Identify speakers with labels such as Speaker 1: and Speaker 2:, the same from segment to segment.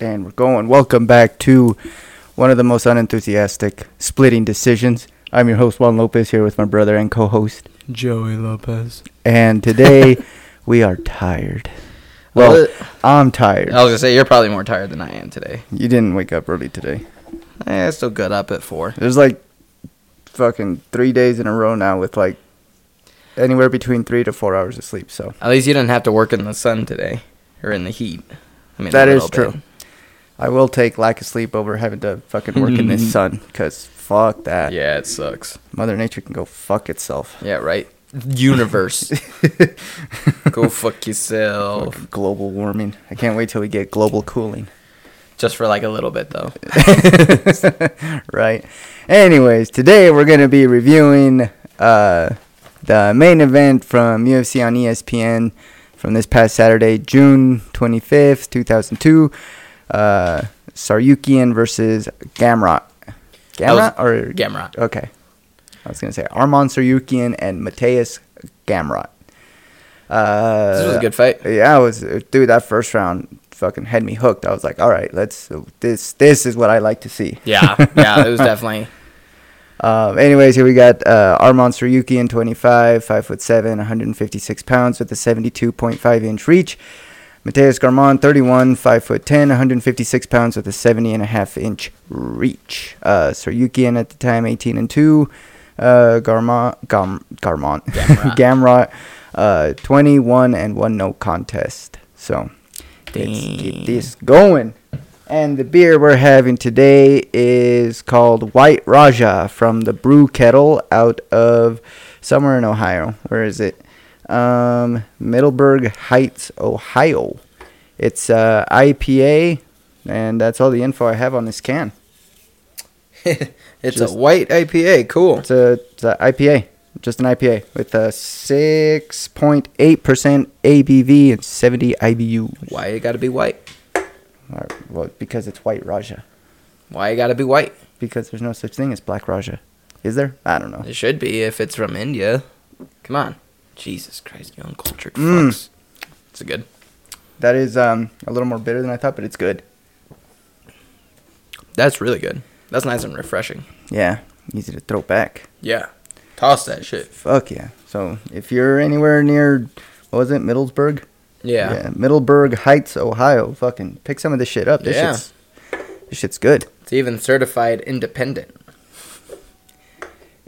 Speaker 1: And we're going. Welcome back to one of the most unenthusiastic splitting decisions. I'm your host Juan Lopez here with my brother and co-host.
Speaker 2: Joey Lopez.
Speaker 1: And today we are tired. Well, I'm tired.
Speaker 3: I was gonna say you're probably more tired than I am today.
Speaker 1: You didn't wake up early today.
Speaker 3: Eh, I still got up at four.
Speaker 1: There's like fucking three days in a row now with like anywhere between three to four hours of sleep. So
Speaker 3: At least you didn't have to work in the sun today or in the heat. I mean, a
Speaker 1: That is
Speaker 3: little bit.
Speaker 1: true. I will take lack of sleep over having to fucking work in this sun because fuck that.
Speaker 3: Yeah, it sucks.
Speaker 1: Mother Nature can go fuck itself.
Speaker 3: Yeah, right. Universe, go fuck yourself.
Speaker 1: Fucking global warming. I can't wait till we get global cooling.
Speaker 3: Just for like a little bit though.
Speaker 1: right. Anyways, today we're going to be reviewing uh, the main event from UFC on E ESPN from this past Saturday, June 25th, 2002. Uh, Saryukian versus Gamrot. Gamrot or
Speaker 3: Gamrot.
Speaker 1: Okay. I was going to say Arman Saryukian and Mateus Gamrot. Uh,
Speaker 3: This was a good fight.
Speaker 1: yeah, I was dude. That first round fucking had me hooked. I was like, all right, let's this this is what I like to see.
Speaker 3: Yeah, yeah, it was definitely.
Speaker 1: Um, anyways, here we got uh, Armand Saryuki in 25, five foot seven, 156 pounds with a 72.5 inch reach. Mateus Garmon, 31, five foot 10, 156 pounds with a 70 and a half inch reach. Uh, Saryukian at the time, 18 and two. Uh, Garmon, Gam, Garmon,
Speaker 3: Gamrot.
Speaker 1: Gamrot, uh, 21 and one no contest. So let's
Speaker 3: Dang.
Speaker 1: get this going. And the beer we're having today is called White Raja from the Brew Kettle out of somewhere in Ohio. Where is it? Um, Middleburg Heights, Ohio. It's uh, IPA, and that's all the info I have on this can.
Speaker 3: It's
Speaker 1: Just-
Speaker 3: a white IPA. Cool.
Speaker 1: It's a, it's a IPA, just an IPA with a 6.8% ABV and 70 IBU.
Speaker 3: Why you gotta be white?
Speaker 1: All right, well, because it's White Raja.
Speaker 3: Why you gotta be white?
Speaker 1: because there's no such thing as black raja is there i don't know
Speaker 3: It should be if it's from India. Come on. Jesus Christ, you uncultured
Speaker 1: Mm.
Speaker 3: fucks. It's a good.
Speaker 1: that is um, a little more bitter than i thought but it's good
Speaker 3: That's really good. That's nice and refreshing.
Speaker 1: yeah easy to throw back
Speaker 3: Yeah. Toss that shit.
Speaker 1: fuck yeah so if you're anywhere near what was it middlesburg
Speaker 3: Yeah.
Speaker 1: middleburg heights ohio fucking pick some of this shit up this,
Speaker 3: Yeah.
Speaker 1: shit's, this shit's good
Speaker 3: It's even certified independent.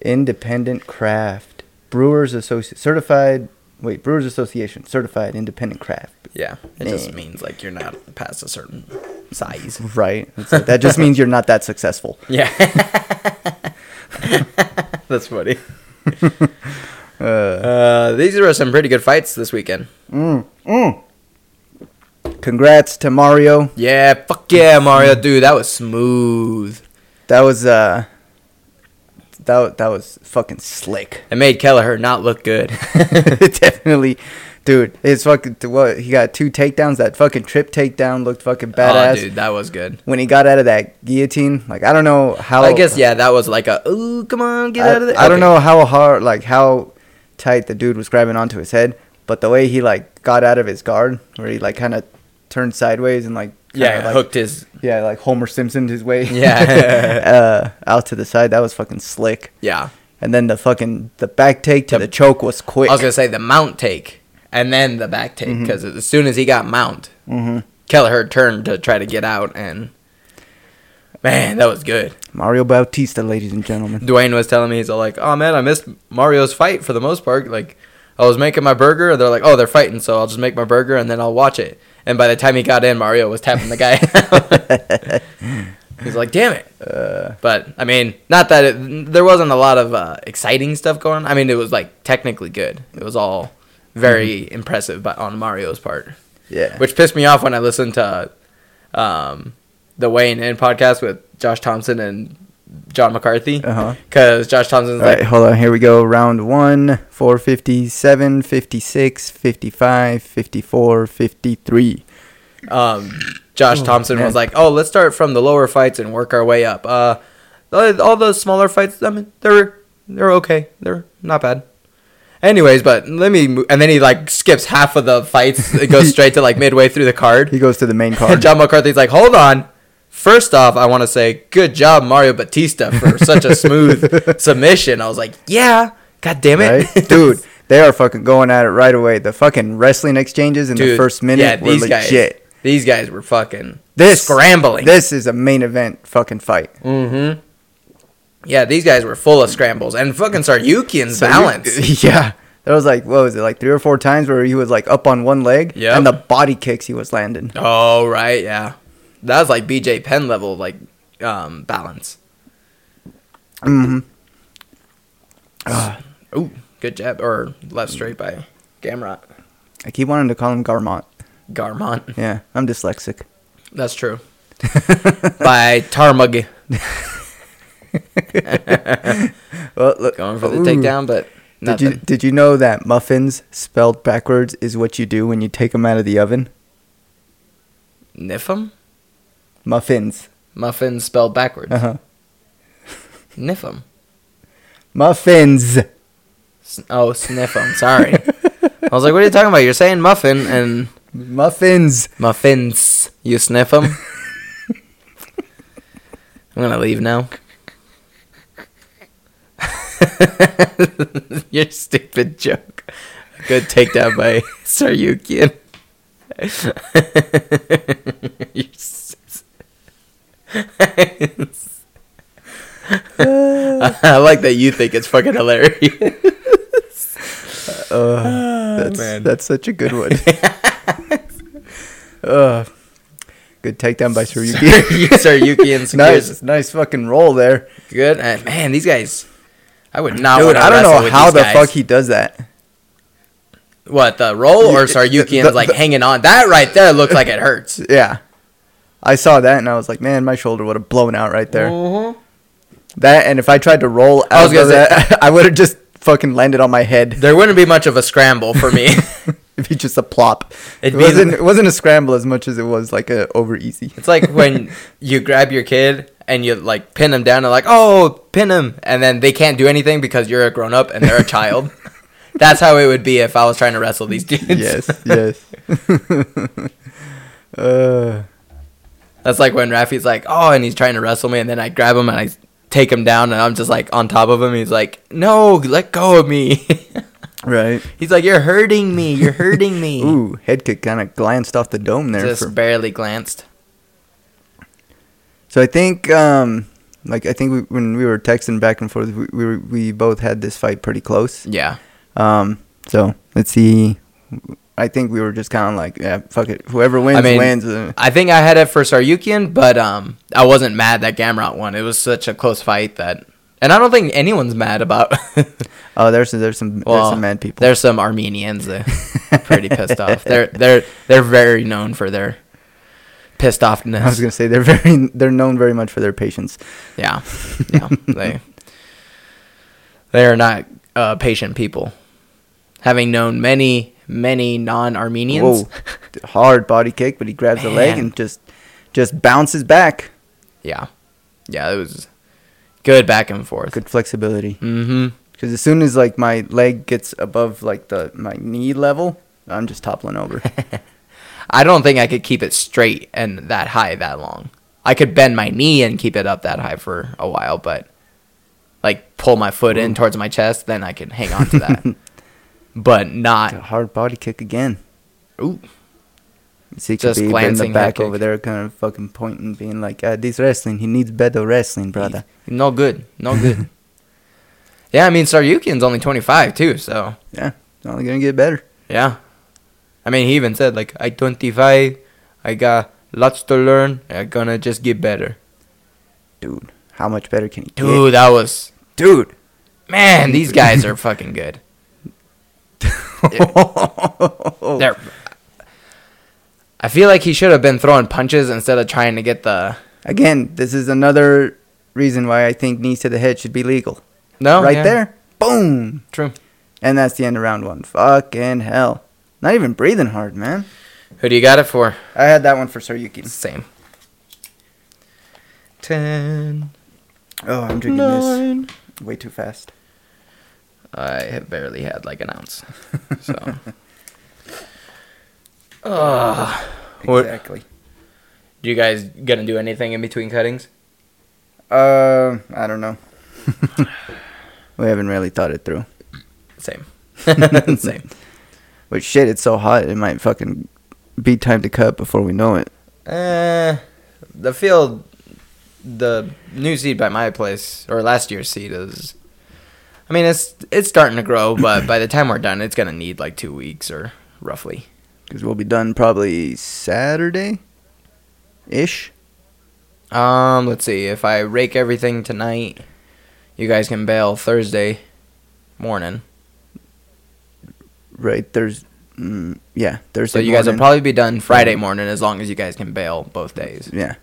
Speaker 1: independent craft brewers associate certified wait brewers association certified independent craft
Speaker 3: Yeah. It
Speaker 1: Yeah.
Speaker 3: just means like you're not past a certain size.
Speaker 1: right It's like, that just means you're not that successful
Speaker 3: Yeah. That's funny.
Speaker 1: uh,
Speaker 3: Uh, these are some pretty good fights this weekend.
Speaker 1: Mm, congrats to mario
Speaker 3: Yeah, fuck yeah, Mario, dude, that was smooth.
Speaker 1: That was uh that that was fucking slick.
Speaker 3: It made Kelleher not look good. Oh,
Speaker 1: Definitely dude, his fucking what he got two takedowns. That fucking trip takedown looked fucking
Speaker 3: Aw,
Speaker 1: badass.
Speaker 3: dude, that was good.
Speaker 1: When he got out of that guillotine, like I don't know how
Speaker 3: I guess yeah, that was like a ooh, come on, get
Speaker 1: I,
Speaker 3: out of there.
Speaker 1: I don't
Speaker 3: Okay.
Speaker 1: know how hard like how tight the dude was grabbing onto his head, but the way he like got out of his guard where he like kind of turned sideways and like kinda,
Speaker 3: Yeah,
Speaker 1: like,
Speaker 3: hooked his.
Speaker 1: Yeah, like Homer Simpson his way.
Speaker 3: Yeah.
Speaker 1: uh, out to the side. That was fucking slick.
Speaker 3: Yeah,
Speaker 1: And then the fucking the back take to the, choke was quick.
Speaker 3: I was gonna say the mount take and then the back take because as soon as he got mount,
Speaker 1: Mm-hmm.
Speaker 3: Kelleher turned to try to get out, and man, that was good.
Speaker 1: Mario Bautista, ladies and gentlemen.
Speaker 3: Dwayne was telling me he's all like, "Oh man, I missed Mario's fight for the most part. Like, I was making my burger, and they're like, oh, they're fighting, so I'll just make my burger and then I'll watch it." And by the time he got in, Mario was tapping the guy. he's like, "Damn it!"
Speaker 1: Uh,
Speaker 3: but I mean, not that it, there wasn't a lot of uh, exciting stuff going. on. I mean, it was like technically good. It was all very impressive, but on Mario's part,
Speaker 1: Yeah.
Speaker 3: which pissed me off when I listened to um, the Wayne In podcast with Josh Thompson and John McCarthy.
Speaker 1: Uh-huh.
Speaker 3: Because Josh Thompson's
Speaker 1: All right,
Speaker 3: like,
Speaker 1: hold on. Here we go. Round one, 457, 56, 55, 54, 53.
Speaker 3: um, Josh Thompson
Speaker 1: man.
Speaker 3: was like, oh, let's start from the lower fights and work our way up. Uh, all all those smaller fights, I mean, they're they're okay. They're not bad. Anyways, but let me. mo- And then he like skips half of the fights. It goes straight to like midway through the card.
Speaker 1: He goes to the main
Speaker 3: And
Speaker 1: card.
Speaker 3: John McCarthy's like, hold on. First off, I want to say good job, Mario Batista, for such a smooth submission. I was like, yeah, god damn it,
Speaker 1: right? dude. They are fucking going at it right away. The fucking wrestling exchanges in the
Speaker 3: Dude,
Speaker 1: first minute were
Speaker 3: these
Speaker 1: legit.
Speaker 3: Guys, these guys were fucking
Speaker 1: This-
Speaker 3: scrambling.
Speaker 1: This is a main event fucking fight.
Speaker 3: Mm-hmm. Yeah, these guys were full of scrambles and fucking Saryukian's
Speaker 1: So you-
Speaker 3: balance.
Speaker 1: yeah. There was like what was it like three or four times where he was like up on one leg
Speaker 3: Yep.
Speaker 1: and the body kicks he was landing.
Speaker 3: oh right, yeah, that was like BJ Penn level like um, balance.
Speaker 1: hmm
Speaker 3: Ooh, good jab or left straight by Gamrot
Speaker 1: I keep wanting to call him Garmont.
Speaker 3: Garmont.
Speaker 1: Yeah, I'm dyslexic.
Speaker 3: That's true. by Tarmug
Speaker 1: Well, look,
Speaker 3: going for the
Speaker 1: ooh.
Speaker 3: takedown, but
Speaker 1: Did
Speaker 3: nothing.
Speaker 1: you did you know that muffins spelled backwards is what you do when you take them out of the oven?
Speaker 3: Niff 'em?
Speaker 1: Muffins.
Speaker 3: Muffin spelled backwards.
Speaker 1: Uh huh.
Speaker 3: Niff 'em.
Speaker 1: Muffins.
Speaker 3: S- Oh, sniff 'em. Sorry. I was like, what are you talking about? You're saying muffin and
Speaker 1: Muffins.
Speaker 3: muffins. You sniff 'em? I'm gonna leave now. Your stupid joke. Good takedown by Saryukian. You're s- I like that you think it's fucking hilarious.
Speaker 1: That's
Speaker 3: Oh, man.
Speaker 1: that's such a good one. uh, good takedown by Saryuki.
Speaker 3: Saryukian secures
Speaker 1: nice, nice fucking roll there,
Speaker 3: Good and man, these guys. I would not.
Speaker 1: dude.
Speaker 3: wanna
Speaker 1: I don't
Speaker 3: wrestle
Speaker 1: know
Speaker 3: with
Speaker 1: how
Speaker 3: these
Speaker 1: the
Speaker 3: guys.
Speaker 1: fuck he does that.
Speaker 3: What the roll
Speaker 1: Yeah,
Speaker 3: or
Speaker 1: it-
Speaker 3: Saryukian's
Speaker 1: the-
Speaker 3: like
Speaker 1: the-
Speaker 3: hanging on? That right there looks like it hurts.
Speaker 1: Yeah, I saw that and I was like, man, my shoulder would have blown out right there.
Speaker 3: Mhm.
Speaker 1: That and if I tried to roll out
Speaker 3: I was
Speaker 1: of
Speaker 3: gonna say-
Speaker 1: that, I would have just fucking landed on my head.
Speaker 3: There wouldn't be much of a scramble for me.
Speaker 1: It'd be just a plop.
Speaker 3: It'd
Speaker 1: it
Speaker 3: be-
Speaker 1: wasn't. It wasn't a scramble as much as it was like a over easy.
Speaker 3: it's like when you grab your kid and you like pin them down and like, oh, pin him, and then they can't do anything because you're a grown up and they're a child. That's how it would be if I was trying to wrestle these dudes.
Speaker 1: yes, yes. uh,
Speaker 3: That's like when Rafi's like, oh, and he's trying to wrestle me, and then I grab him and I take him down, and I'm just like on top of him. He's like, no, let go of me.
Speaker 1: right.
Speaker 3: he's like, you're hurting me. You're hurting me.
Speaker 1: Ooh, head kick kind of glanced off the dome there.
Speaker 3: E. just
Speaker 1: For,
Speaker 3: barely glanced.
Speaker 1: so I think, um, like I think we, when we were texting back and forth, we, we were- we both had this fight pretty close.
Speaker 3: Yeah.
Speaker 1: Um, so let's see. I think we were just kind of like, yeah, fuck it. Whoever wins
Speaker 3: I mean,
Speaker 1: wins. Uh,
Speaker 3: I think I had it for Saryukian, but um, I wasn't mad that Gamrot won. It was such a close fight that, and I don't think anyone's mad about.
Speaker 1: oh, there's there's some there's
Speaker 3: Well,
Speaker 1: some mad people.
Speaker 3: There's some Armenians that are pretty pissed off. They're they're they're very known for their pissed offness.
Speaker 1: I was gonna say they're very they're known very much for their patience.
Speaker 3: Yeah, yeah. they they are not uh, patient people. Having known many many non-Armenians,
Speaker 1: Whoa, hard body kick, but he grabs the leg
Speaker 3: Man.
Speaker 1: and just just bounces back.
Speaker 3: yeah, yeah, it was good back and forth.
Speaker 1: Good flexibility.
Speaker 3: Mm-hmm.
Speaker 1: Because as soon as like my leg gets above like the my knee level, I'm just toppling over.
Speaker 3: I don't think I could keep it straight and that high that long. I could bend my knee and keep it up that high for a while, but like pull my foot in towards my chest, then I can hang on to that. but
Speaker 1: A
Speaker 3: not
Speaker 1: hard body kick again.
Speaker 3: ooh,
Speaker 1: See,
Speaker 3: Just
Speaker 1: just in the
Speaker 3: glancing
Speaker 1: back
Speaker 3: head
Speaker 1: over
Speaker 3: kick.
Speaker 1: there, kind of fucking pointing, being like, uh, "This wrestling, he needs better wrestling, brother."
Speaker 3: no good, no good. yeah, I mean Saryukian's only twenty five too, so
Speaker 1: Yeah, it's only gonna get better.
Speaker 3: yeah. I mean, he even said like I twenty five, I got lots to learn. I gonna just get better,
Speaker 1: Dude, how much better can he
Speaker 3: dude. That was
Speaker 1: get? Dude.
Speaker 3: man. These guys are fucking good. They're. I feel like he should have been throwing punches instead of trying to get the
Speaker 1: Again, this is another reason why I think knees to the head should be legal.
Speaker 3: no
Speaker 1: right
Speaker 3: yeah,
Speaker 1: there, boom,
Speaker 3: True.
Speaker 1: and that's the end of round one. Fucking hell, not even breathing hard, man.
Speaker 3: Who do you got it for?
Speaker 1: I had that one for Saryukin.
Speaker 3: Same. Ten.
Speaker 1: Oh, I'm drinking this
Speaker 3: Nine.
Speaker 1: way too fast.
Speaker 3: I have barely had like an ounce. So. Ugh. What-
Speaker 1: Exactly.
Speaker 3: do you guys gonna do anything in between cuttings?
Speaker 1: Uh, I don't know. we haven't really thought it through.
Speaker 3: Same. Same.
Speaker 1: But shit, it's so hot, it might fucking be time to cut before we know it.
Speaker 3: Uh, the field, the new seed by my place or last year's seed is. I mean, it's it's starting to grow, but by the time we're done, it's gonna need like two weeks or roughly.
Speaker 1: Because we'll be done probably Saturday ish.
Speaker 3: Um, let's see. If I rake everything tonight, you guys can bail Thursday morning.
Speaker 1: Right? There's. Mm, yeah,
Speaker 3: So
Speaker 1: Thursday.
Speaker 3: you guys will
Speaker 1: morning.
Speaker 3: probably be done Friday morning as long as you guys can bail both days.
Speaker 1: Yeah.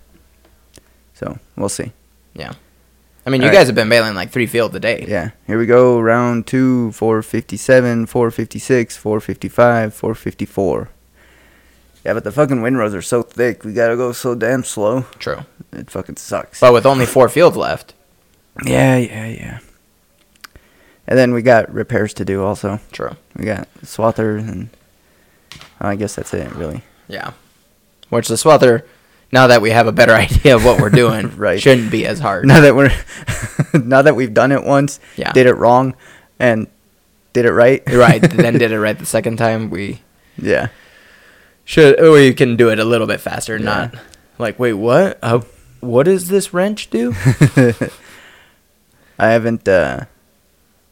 Speaker 1: So we'll see.
Speaker 3: I mean, you
Speaker 1: Alright.
Speaker 3: guys have been bailing like three fields a day.
Speaker 1: Yeah. Here we go. Round two 457, 456, 455, 454. Yeah, but the fucking windrows are so thick. We gotta go so damn slow.
Speaker 3: True.
Speaker 1: It fucking sucks.
Speaker 3: But with only four fields left.
Speaker 1: Yeah, yeah, yeah. And then we got repairs to do also.
Speaker 3: True.
Speaker 1: We got swather and I guess that's it really.
Speaker 3: Yeah. Which the swather, now that we have a better idea of what we're doing,
Speaker 1: Right.
Speaker 3: shouldn't be as hard.
Speaker 1: Now that we're now that we've done it once,
Speaker 3: Yeah.
Speaker 1: did it wrong and did it right.
Speaker 3: right. Then did it right the second time. We
Speaker 1: yeah.
Speaker 3: should. We can do it a little bit faster.
Speaker 1: Yeah.
Speaker 3: Not like wait, what? Uh, what does this wrench do?
Speaker 1: I haven't uh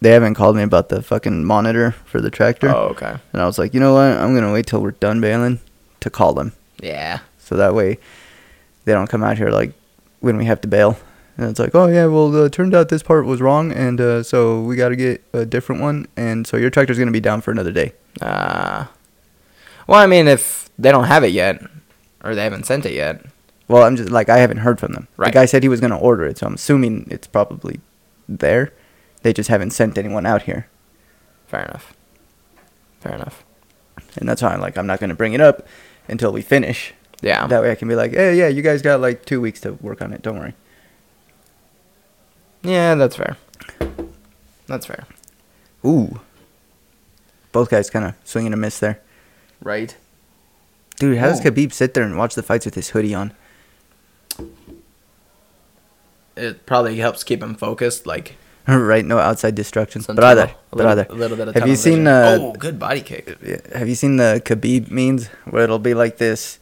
Speaker 1: they haven't called me about the fucking monitor for the tractor.
Speaker 3: Oh, okay.
Speaker 1: And I was like, you know what? I'm gonna wait till we're done baling to call them.
Speaker 3: Yeah.
Speaker 1: So that way they don't come out here like when we have to bail. And it's like, oh yeah, well, uh, turned out this part was wrong, and uh, so we got to get a different one, and so your tractor's gonna be down for another day.
Speaker 3: Uh, well, I mean, if they don't have it yet, or they haven't sent it yet,
Speaker 1: Well, I'm just like I haven't heard from them.
Speaker 3: Right.
Speaker 1: The guy said he was gonna order it, so I'm assuming it's probably there. They just haven't sent anyone out here,
Speaker 3: fair enough. Fair enough.
Speaker 1: and that's why I'm like I'm not gonna bring it up until we finish.
Speaker 3: Yeah.
Speaker 1: That way I can be like, hey, yeah, you guys got like two weeks to work on it. Don't worry.
Speaker 3: yeah, that's fair. That's fair.
Speaker 1: Ooh, both guys kind of swinging a miss there.
Speaker 3: Right.
Speaker 1: Dude, how does
Speaker 3: Oh.
Speaker 1: Khabib sit there and watch the fights with his hoodie on?
Speaker 3: It probably helps keep him focused. Like
Speaker 1: right, no outside distractions.
Speaker 3: Some
Speaker 1: Brother,
Speaker 3: tunnel, a little,
Speaker 1: brother.
Speaker 3: a little bit of
Speaker 1: Have you
Speaker 3: tunnel
Speaker 1: seen?
Speaker 3: vision.
Speaker 1: Uh,
Speaker 3: oh, good body kick.
Speaker 1: Have you seen the Khabib memes where it'll be like this,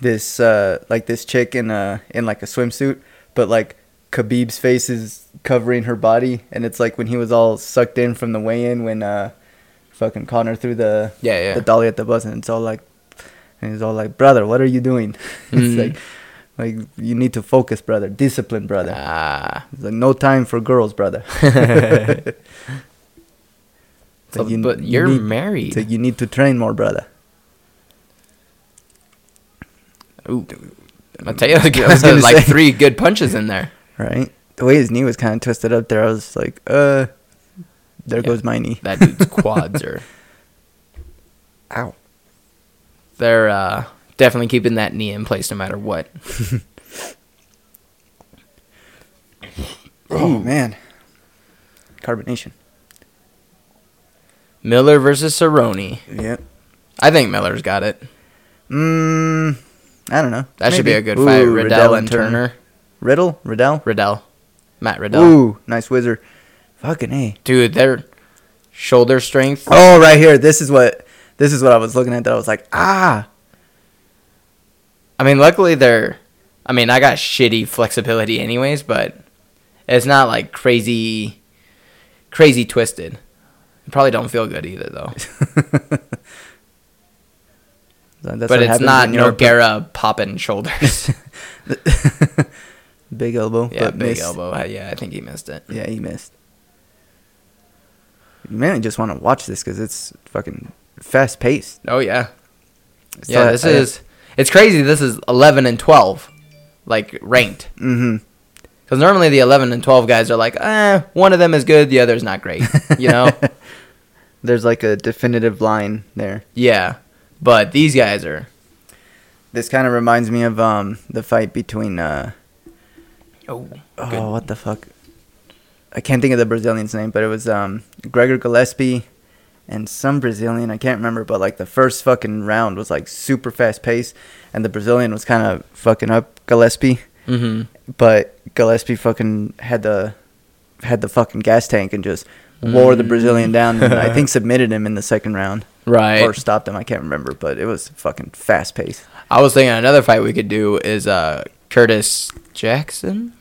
Speaker 1: this uh, like this chick in a in like a swimsuit, but like Khabib's face is covering her body, and it's like when he was all sucked in from the weigh-in when uh, fucking Connor threw the
Speaker 3: Yeah, yeah.
Speaker 1: the dolly at the bus, and it's all like, and he's all like, brother, what are you doing?
Speaker 3: Mm.
Speaker 1: it's like, like you need to focus, brother. Discipline, brother.
Speaker 3: Ah,
Speaker 1: It's like no time for girls, brother.
Speaker 3: So-
Speaker 1: Like, you-
Speaker 3: but
Speaker 1: you
Speaker 3: you're
Speaker 1: need-
Speaker 3: married.
Speaker 1: it's like, you need to train more, brother.
Speaker 3: Ooh. Mateo
Speaker 1: I was gonna
Speaker 3: got like
Speaker 1: say.
Speaker 3: three good punches in there.
Speaker 1: Right? The way his knee was kind of twisted up there, I was like, uh, there
Speaker 3: Yeah.
Speaker 1: goes my knee.
Speaker 3: That dude's quads are
Speaker 1: Ow.
Speaker 3: they're uh, definitely keeping that knee in place no matter what.
Speaker 1: Oh man. Carbonation.
Speaker 3: Miller versus Cerrone.
Speaker 1: Yep.
Speaker 3: I think Miller's got it.
Speaker 1: Mm, I don't know.
Speaker 3: That should be a
Speaker 1: Maybe.
Speaker 3: good fight.
Speaker 1: Ooh,
Speaker 3: Riddell, and Turner.
Speaker 1: Riddle, Riddell.
Speaker 3: Riddell, Matt Riddell.
Speaker 1: Ooh, nice wizard. Fucking a.
Speaker 3: Dude, their shoulder strength.
Speaker 1: Oh, right here. This is what this is what I was looking at. That I was like, ah,
Speaker 3: I mean, luckily they're. I mean, I got shitty flexibility anyways, but it's not like crazy, crazy twisted. Probably don't feel good either though.
Speaker 1: That's what
Speaker 3: but it's
Speaker 1: happens
Speaker 3: not
Speaker 1: when you're a
Speaker 3: Noguera popping shoulders.
Speaker 1: big elbow.
Speaker 3: yeah,
Speaker 1: but
Speaker 3: big
Speaker 1: missed.
Speaker 3: elbow. Uh, Yeah, I think he missed it.
Speaker 1: Yeah, he missed. You mainly just want to watch this because it's fucking fast paced.
Speaker 3: Oh yeah,
Speaker 1: So
Speaker 3: yeah. This
Speaker 1: I-
Speaker 3: is it's crazy. This is eleven and twelve, like ranked.
Speaker 1: Mhm.
Speaker 3: Because normally the eleven and twelve guys are like, eh, one of them is good, the other's not great. You know?
Speaker 1: There's like a definitive line there.
Speaker 3: yeah. But these guys are.
Speaker 1: This kind of reminds me of um the fight between uh
Speaker 3: Oh,
Speaker 1: oh what the fuck I can't think of the Brazilian's name, but it was um, Gregor Gillespie and some Brazilian. I can't remember, but like the first fucking round was like super fast paced, and the Brazilian was kind of fucking up Gillespie,
Speaker 3: Mm-hmm.
Speaker 1: but Gillespie fucking had the had the fucking gas tank and just wore the Brazilian down. And I think submitted him in the second round
Speaker 3: Right.
Speaker 1: or stopped him. I can't remember, but it was fucking fast paced.
Speaker 3: I was thinking another fight we could do is uh, Curtis Jackson.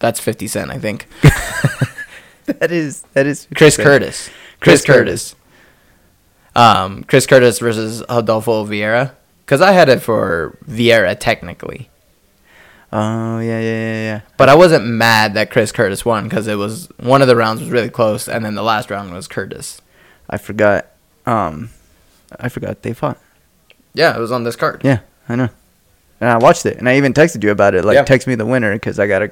Speaker 3: That's Fifty Cent, I think.
Speaker 1: That is that is
Speaker 3: Chris Curtis.
Speaker 1: Chris
Speaker 3: Chris Curtis. Um, Chris Curtis versus Adolfo Vieira. Because I had it for Vieira technically,
Speaker 1: Oh yeah yeah yeah yeah.
Speaker 3: but I wasn't mad that Chris Curtis won because it was one of the rounds was really close, and then the last round was Curtis.
Speaker 1: I forgot. Um, I forgot they fought.
Speaker 3: Yeah, it was on this card.
Speaker 1: Yeah, I know. And I watched it, and I even texted you about it. Like,
Speaker 3: Yeah.
Speaker 1: text me the winner because I gotta,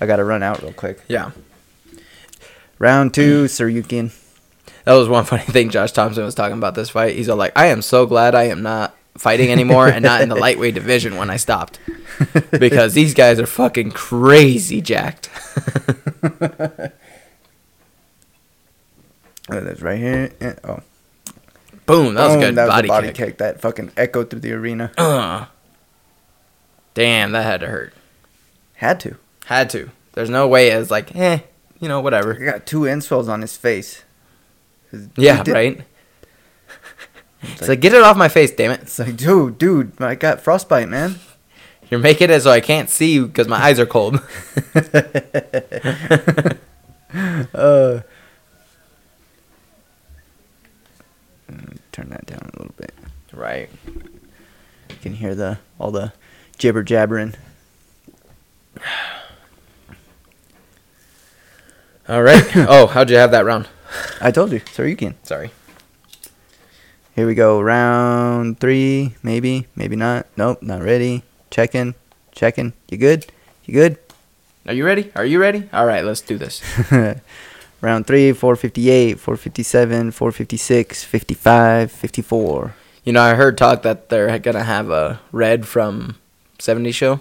Speaker 1: I gotta run out real quick.
Speaker 3: yeah.
Speaker 1: Round two, Saryukin.
Speaker 3: That was one funny thing Josh Thompson was talking about this fight. He's all like, I am so glad I am not fighting anymore and not in the lightweight division when I stopped. Because these guys are fucking crazy jacked.
Speaker 1: Oh, that's right here. Yeah, Oh,
Speaker 3: Boom, that was a
Speaker 1: Boom,
Speaker 3: good
Speaker 1: a
Speaker 3: body, kick.
Speaker 1: That fucking echoed through the arena.
Speaker 3: Ugh. Damn, that had to hurt.
Speaker 1: Had to.
Speaker 3: Had to. There's no way it's like, eh, you know,
Speaker 1: I
Speaker 3: whatever.
Speaker 1: got two insoles on his face. His-
Speaker 3: Yeah,
Speaker 1: he did-
Speaker 3: right? It's like, get it off my face, damn it.
Speaker 1: It's like, dude, dude, I got frostbite, man.
Speaker 3: You're making it so I can't see because my eyes are cold.
Speaker 1: Uh, turn that down a little bit.
Speaker 3: right.
Speaker 1: You can hear the all the jibber jabbering.
Speaker 3: All right. oh, how'd you have that round?
Speaker 1: I told you, Saryukin.
Speaker 3: Sorry.
Speaker 1: Here we go, round three, maybe, maybe not. Nope, not ready. Checking, checking. You good? You good?
Speaker 3: Are you ready? Are you ready? All right, let's do this.
Speaker 1: round three, 458, 457, 456, 55, 54.
Speaker 3: You know, I heard talk that they're gonna have a Red from '70 show.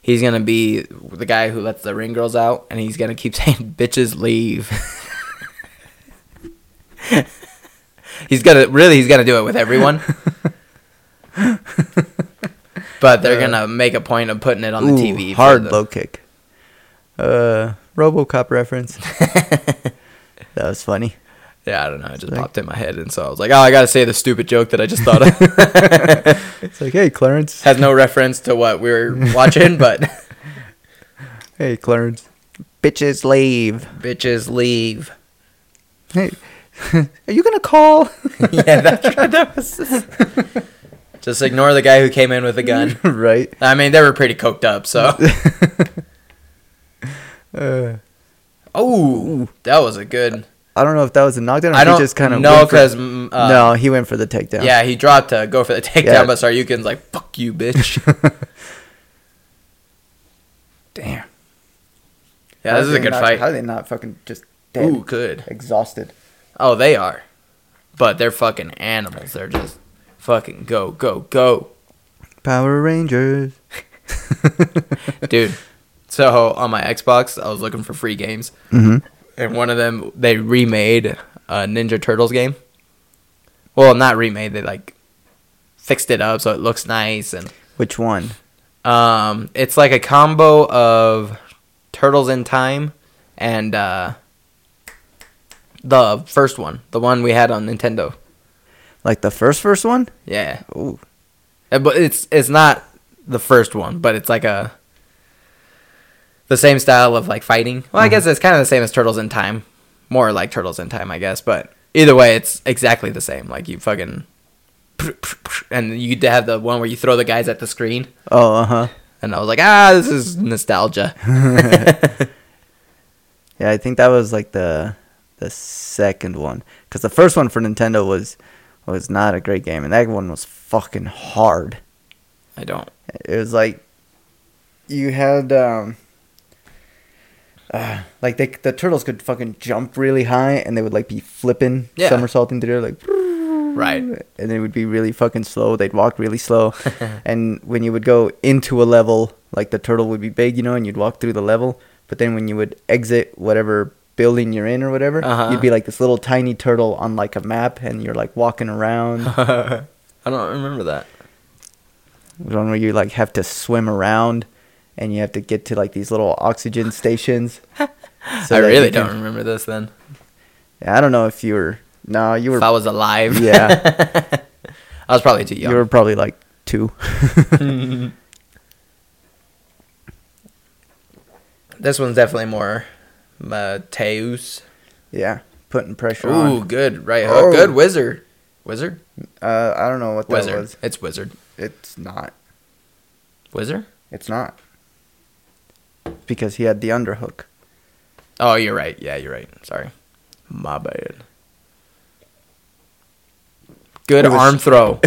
Speaker 3: He's gonna be the guy who lets the ring girls out, and he's gonna keep saying "bitches leave." he's gonna really, he's gonna do it with everyone. but they're gonna make a point of putting it on the
Speaker 1: Uh, Ooh,
Speaker 3: TV. for
Speaker 1: Hard
Speaker 3: the-
Speaker 1: low kick. Uh, Robocop reference. that was funny.
Speaker 3: Yeah, I don't know. It just popped in my head, and so I was like, "Oh, I gotta say the stupid joke that I just thought of."
Speaker 1: It's like, hey, Clarence.
Speaker 3: has no reference to what we were watching, but
Speaker 1: Hey, Clarence. Bitches leave.
Speaker 3: bitches leave.
Speaker 1: Hey, are you gonna call?
Speaker 3: yeah, that's right. That was just, just ignore the guy who came in with a gun.
Speaker 1: right.
Speaker 3: I mean, they were pretty coked up, so.
Speaker 1: Uh,
Speaker 3: Oh, that was a good.
Speaker 1: I don't mm, know if that was a knockdown. Or
Speaker 3: I don't
Speaker 1: he just kind of
Speaker 3: know because uh,
Speaker 1: no, he went for the takedown.
Speaker 3: yeah, he dropped to go for the takedown,
Speaker 1: Yeah.
Speaker 3: but Saryukin's like, "Fuck you, bitch."
Speaker 1: Damn.
Speaker 3: Yeah, this is a good
Speaker 1: How
Speaker 3: fight.
Speaker 1: are they not fucking just dead,
Speaker 3: Ooh, good.
Speaker 1: exhausted?
Speaker 3: Oh, they are, but they're fucking animals. They're just fucking go, go, go.
Speaker 1: Power Rangers.
Speaker 3: dude. So on my Xbox, I was looking for free games,
Speaker 1: Mhm.
Speaker 3: and one of them they remade a Ninja Turtles game. Well, not remade. They like fixed it up so it looks nice, and
Speaker 1: Which one?
Speaker 3: um, it's like a combo of Turtles in Time and uh, the first one, the one we had on Nintendo.
Speaker 1: Like the first, first one?
Speaker 3: Yeah,
Speaker 1: Ooh.
Speaker 3: Uh, but it's it's not the first one, but it's like a the same style of like fighting.
Speaker 1: Mm-hmm.
Speaker 3: Well, I guess it's kind of the same as Turtles in Time, more like Turtles in Time, I guess. But either way, it's exactly the same. Like you fucking and you d- have the one where you throw the guys at the screen,
Speaker 1: Oh, uh huh.
Speaker 3: and I was like, ah, this is nostalgia.
Speaker 1: Yeah, I think that was like the the second one because the first one for Nintendo was was not a great game, and that one was fucking hard.
Speaker 3: I don't.
Speaker 1: It was like you had um, uh, like they the turtles could fucking jump really high, and they would like be flipping
Speaker 3: Yeah.
Speaker 1: somersaulting through there, like
Speaker 3: Right.
Speaker 1: and it would be really fucking slow. They'd walk really slow, and when you would go into a level, like the turtle would be big, you know, and you'd walk through the level, But then when you would exit whatever building you're in or whatever,
Speaker 3: Uh-huh.
Speaker 1: you'd be like this little tiny turtle on like a map, and you're like walking around.
Speaker 3: I don't remember that.
Speaker 1: It was one where you like have to swim around, and you have to get to like these little oxygen stations. So
Speaker 3: I
Speaker 1: that you
Speaker 3: really
Speaker 1: can-
Speaker 3: don't remember this then.
Speaker 1: I don't know if you were. No, you were.
Speaker 3: If I was alive,
Speaker 1: Yeah.
Speaker 3: I was probably too
Speaker 1: You were
Speaker 3: young.
Speaker 1: probably like two.
Speaker 3: This one's definitely more uh, Teus.
Speaker 1: yeah, putting pressure
Speaker 3: Ooh,
Speaker 1: on.
Speaker 3: good right
Speaker 1: Oh.
Speaker 3: hook, good wizard, wizard,
Speaker 1: Uh, I don't know what that
Speaker 3: wizard.
Speaker 1: was.
Speaker 3: It's wizard,
Speaker 1: It's not.
Speaker 3: wizard.
Speaker 1: It's not. Because he had the underhook.
Speaker 3: Oh, you're right. Yeah, you're right. Sorry, my bad. Good
Speaker 1: It was-
Speaker 3: arm throw.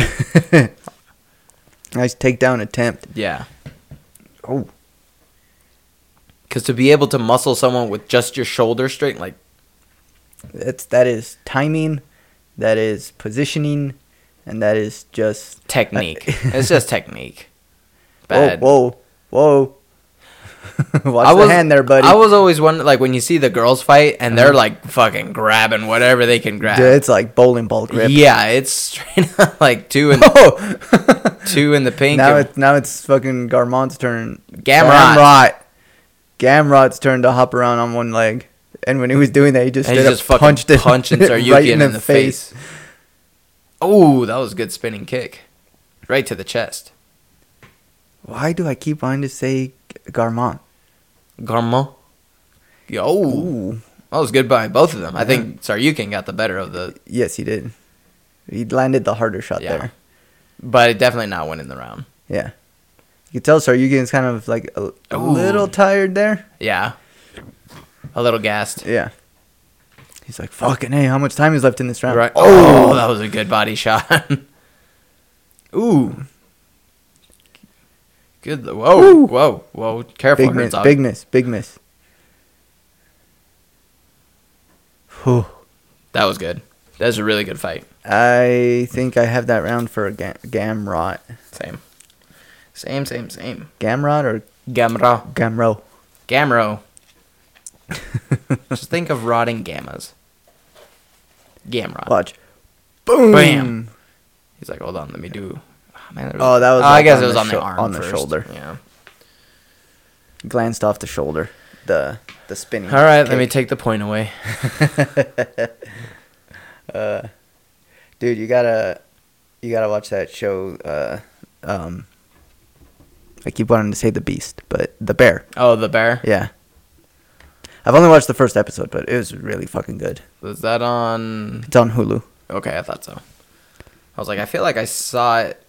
Speaker 1: nice takedown attempt.
Speaker 3: yeah,
Speaker 1: Oh,
Speaker 3: because to be able to muscle someone with just your shoulder strength, like
Speaker 1: that's that is timing, that is positioning, and that is just
Speaker 3: technique. it's just technique. Bad.
Speaker 1: Whoa, whoa, whoa! Watch the hand there, buddy. Uh-huh.
Speaker 3: I was always wondering, like when you see the girls fight and they're like fucking grabbing whatever they can grab.
Speaker 1: Dude, it's like bowling ball grip.
Speaker 3: Yeah, it's straight up like two and
Speaker 1: Oh,
Speaker 3: two in the pink.
Speaker 1: now
Speaker 3: and-
Speaker 1: it's now it's fucking Garmont's turn.
Speaker 3: Gamrot.
Speaker 1: Gamrot. Gamrot's turn to hop around on one leg, and when he was doing that, he just
Speaker 3: and
Speaker 1: straight
Speaker 3: he just
Speaker 1: up
Speaker 3: fucking
Speaker 1: punched it
Speaker 3: punching Saryukian
Speaker 1: right
Speaker 3: in, the face. Oh, that was a good spinning kick, right to the chest.
Speaker 1: Why do I keep wanting to say Garmont?
Speaker 3: Garmo. Yo,
Speaker 1: Ooh,
Speaker 3: that was good by both of them. I
Speaker 1: Yeah.
Speaker 3: think Saryukin got the better of the,
Speaker 1: yes, he did. He landed the harder shot
Speaker 3: Yeah.
Speaker 1: there.
Speaker 3: but definitely not winning the round.
Speaker 1: Yeah, you can tell Saryukin's kind of like a, a
Speaker 3: Ooh.
Speaker 1: little tired there.
Speaker 3: Yeah, a little gassed.
Speaker 1: Yeah, he's like, "Fucking hey, how much time is left in this round?"
Speaker 3: Right. Oh, that was a good body shot.
Speaker 1: ooh,
Speaker 3: good. Whoa,
Speaker 1: Woo.
Speaker 3: whoa, whoa! Careful,
Speaker 1: big miss,
Speaker 3: hurts up.
Speaker 1: big miss, big miss. Whew.
Speaker 3: That was good. That was a really good fight.
Speaker 1: I think I have that round for a ga- Gamrot.
Speaker 3: Same. Same, same, same.
Speaker 1: Gamrot or
Speaker 3: Gamro.
Speaker 1: Gamro?
Speaker 3: Gamro. Just think of rotting gammas. Gamrod.
Speaker 1: Watch. Boom.
Speaker 3: Bam. He's like, hold on, let me do. Oh, man, there
Speaker 1: Oh, that was,
Speaker 3: I
Speaker 1: like,
Speaker 3: guess
Speaker 1: on
Speaker 3: it was
Speaker 1: the
Speaker 3: on the
Speaker 1: shou-
Speaker 3: arm,
Speaker 1: on the
Speaker 3: first.
Speaker 1: shoulder.
Speaker 3: Yeah.
Speaker 1: Glanced off the shoulder. The the spinning.
Speaker 3: All right, let
Speaker 1: kick.
Speaker 3: me take the point away.
Speaker 1: Uh, Dude, you gotta you gotta watch that show. Uh, um, I keep wanting to say the Beast, but the Bear.
Speaker 3: Oh, the bear.
Speaker 1: Yeah. I've only watched the first episode, but it was really fucking good.
Speaker 3: Was that on?
Speaker 1: It's on Hulu.
Speaker 3: Okay, I thought so. I was like, I feel like I saw it,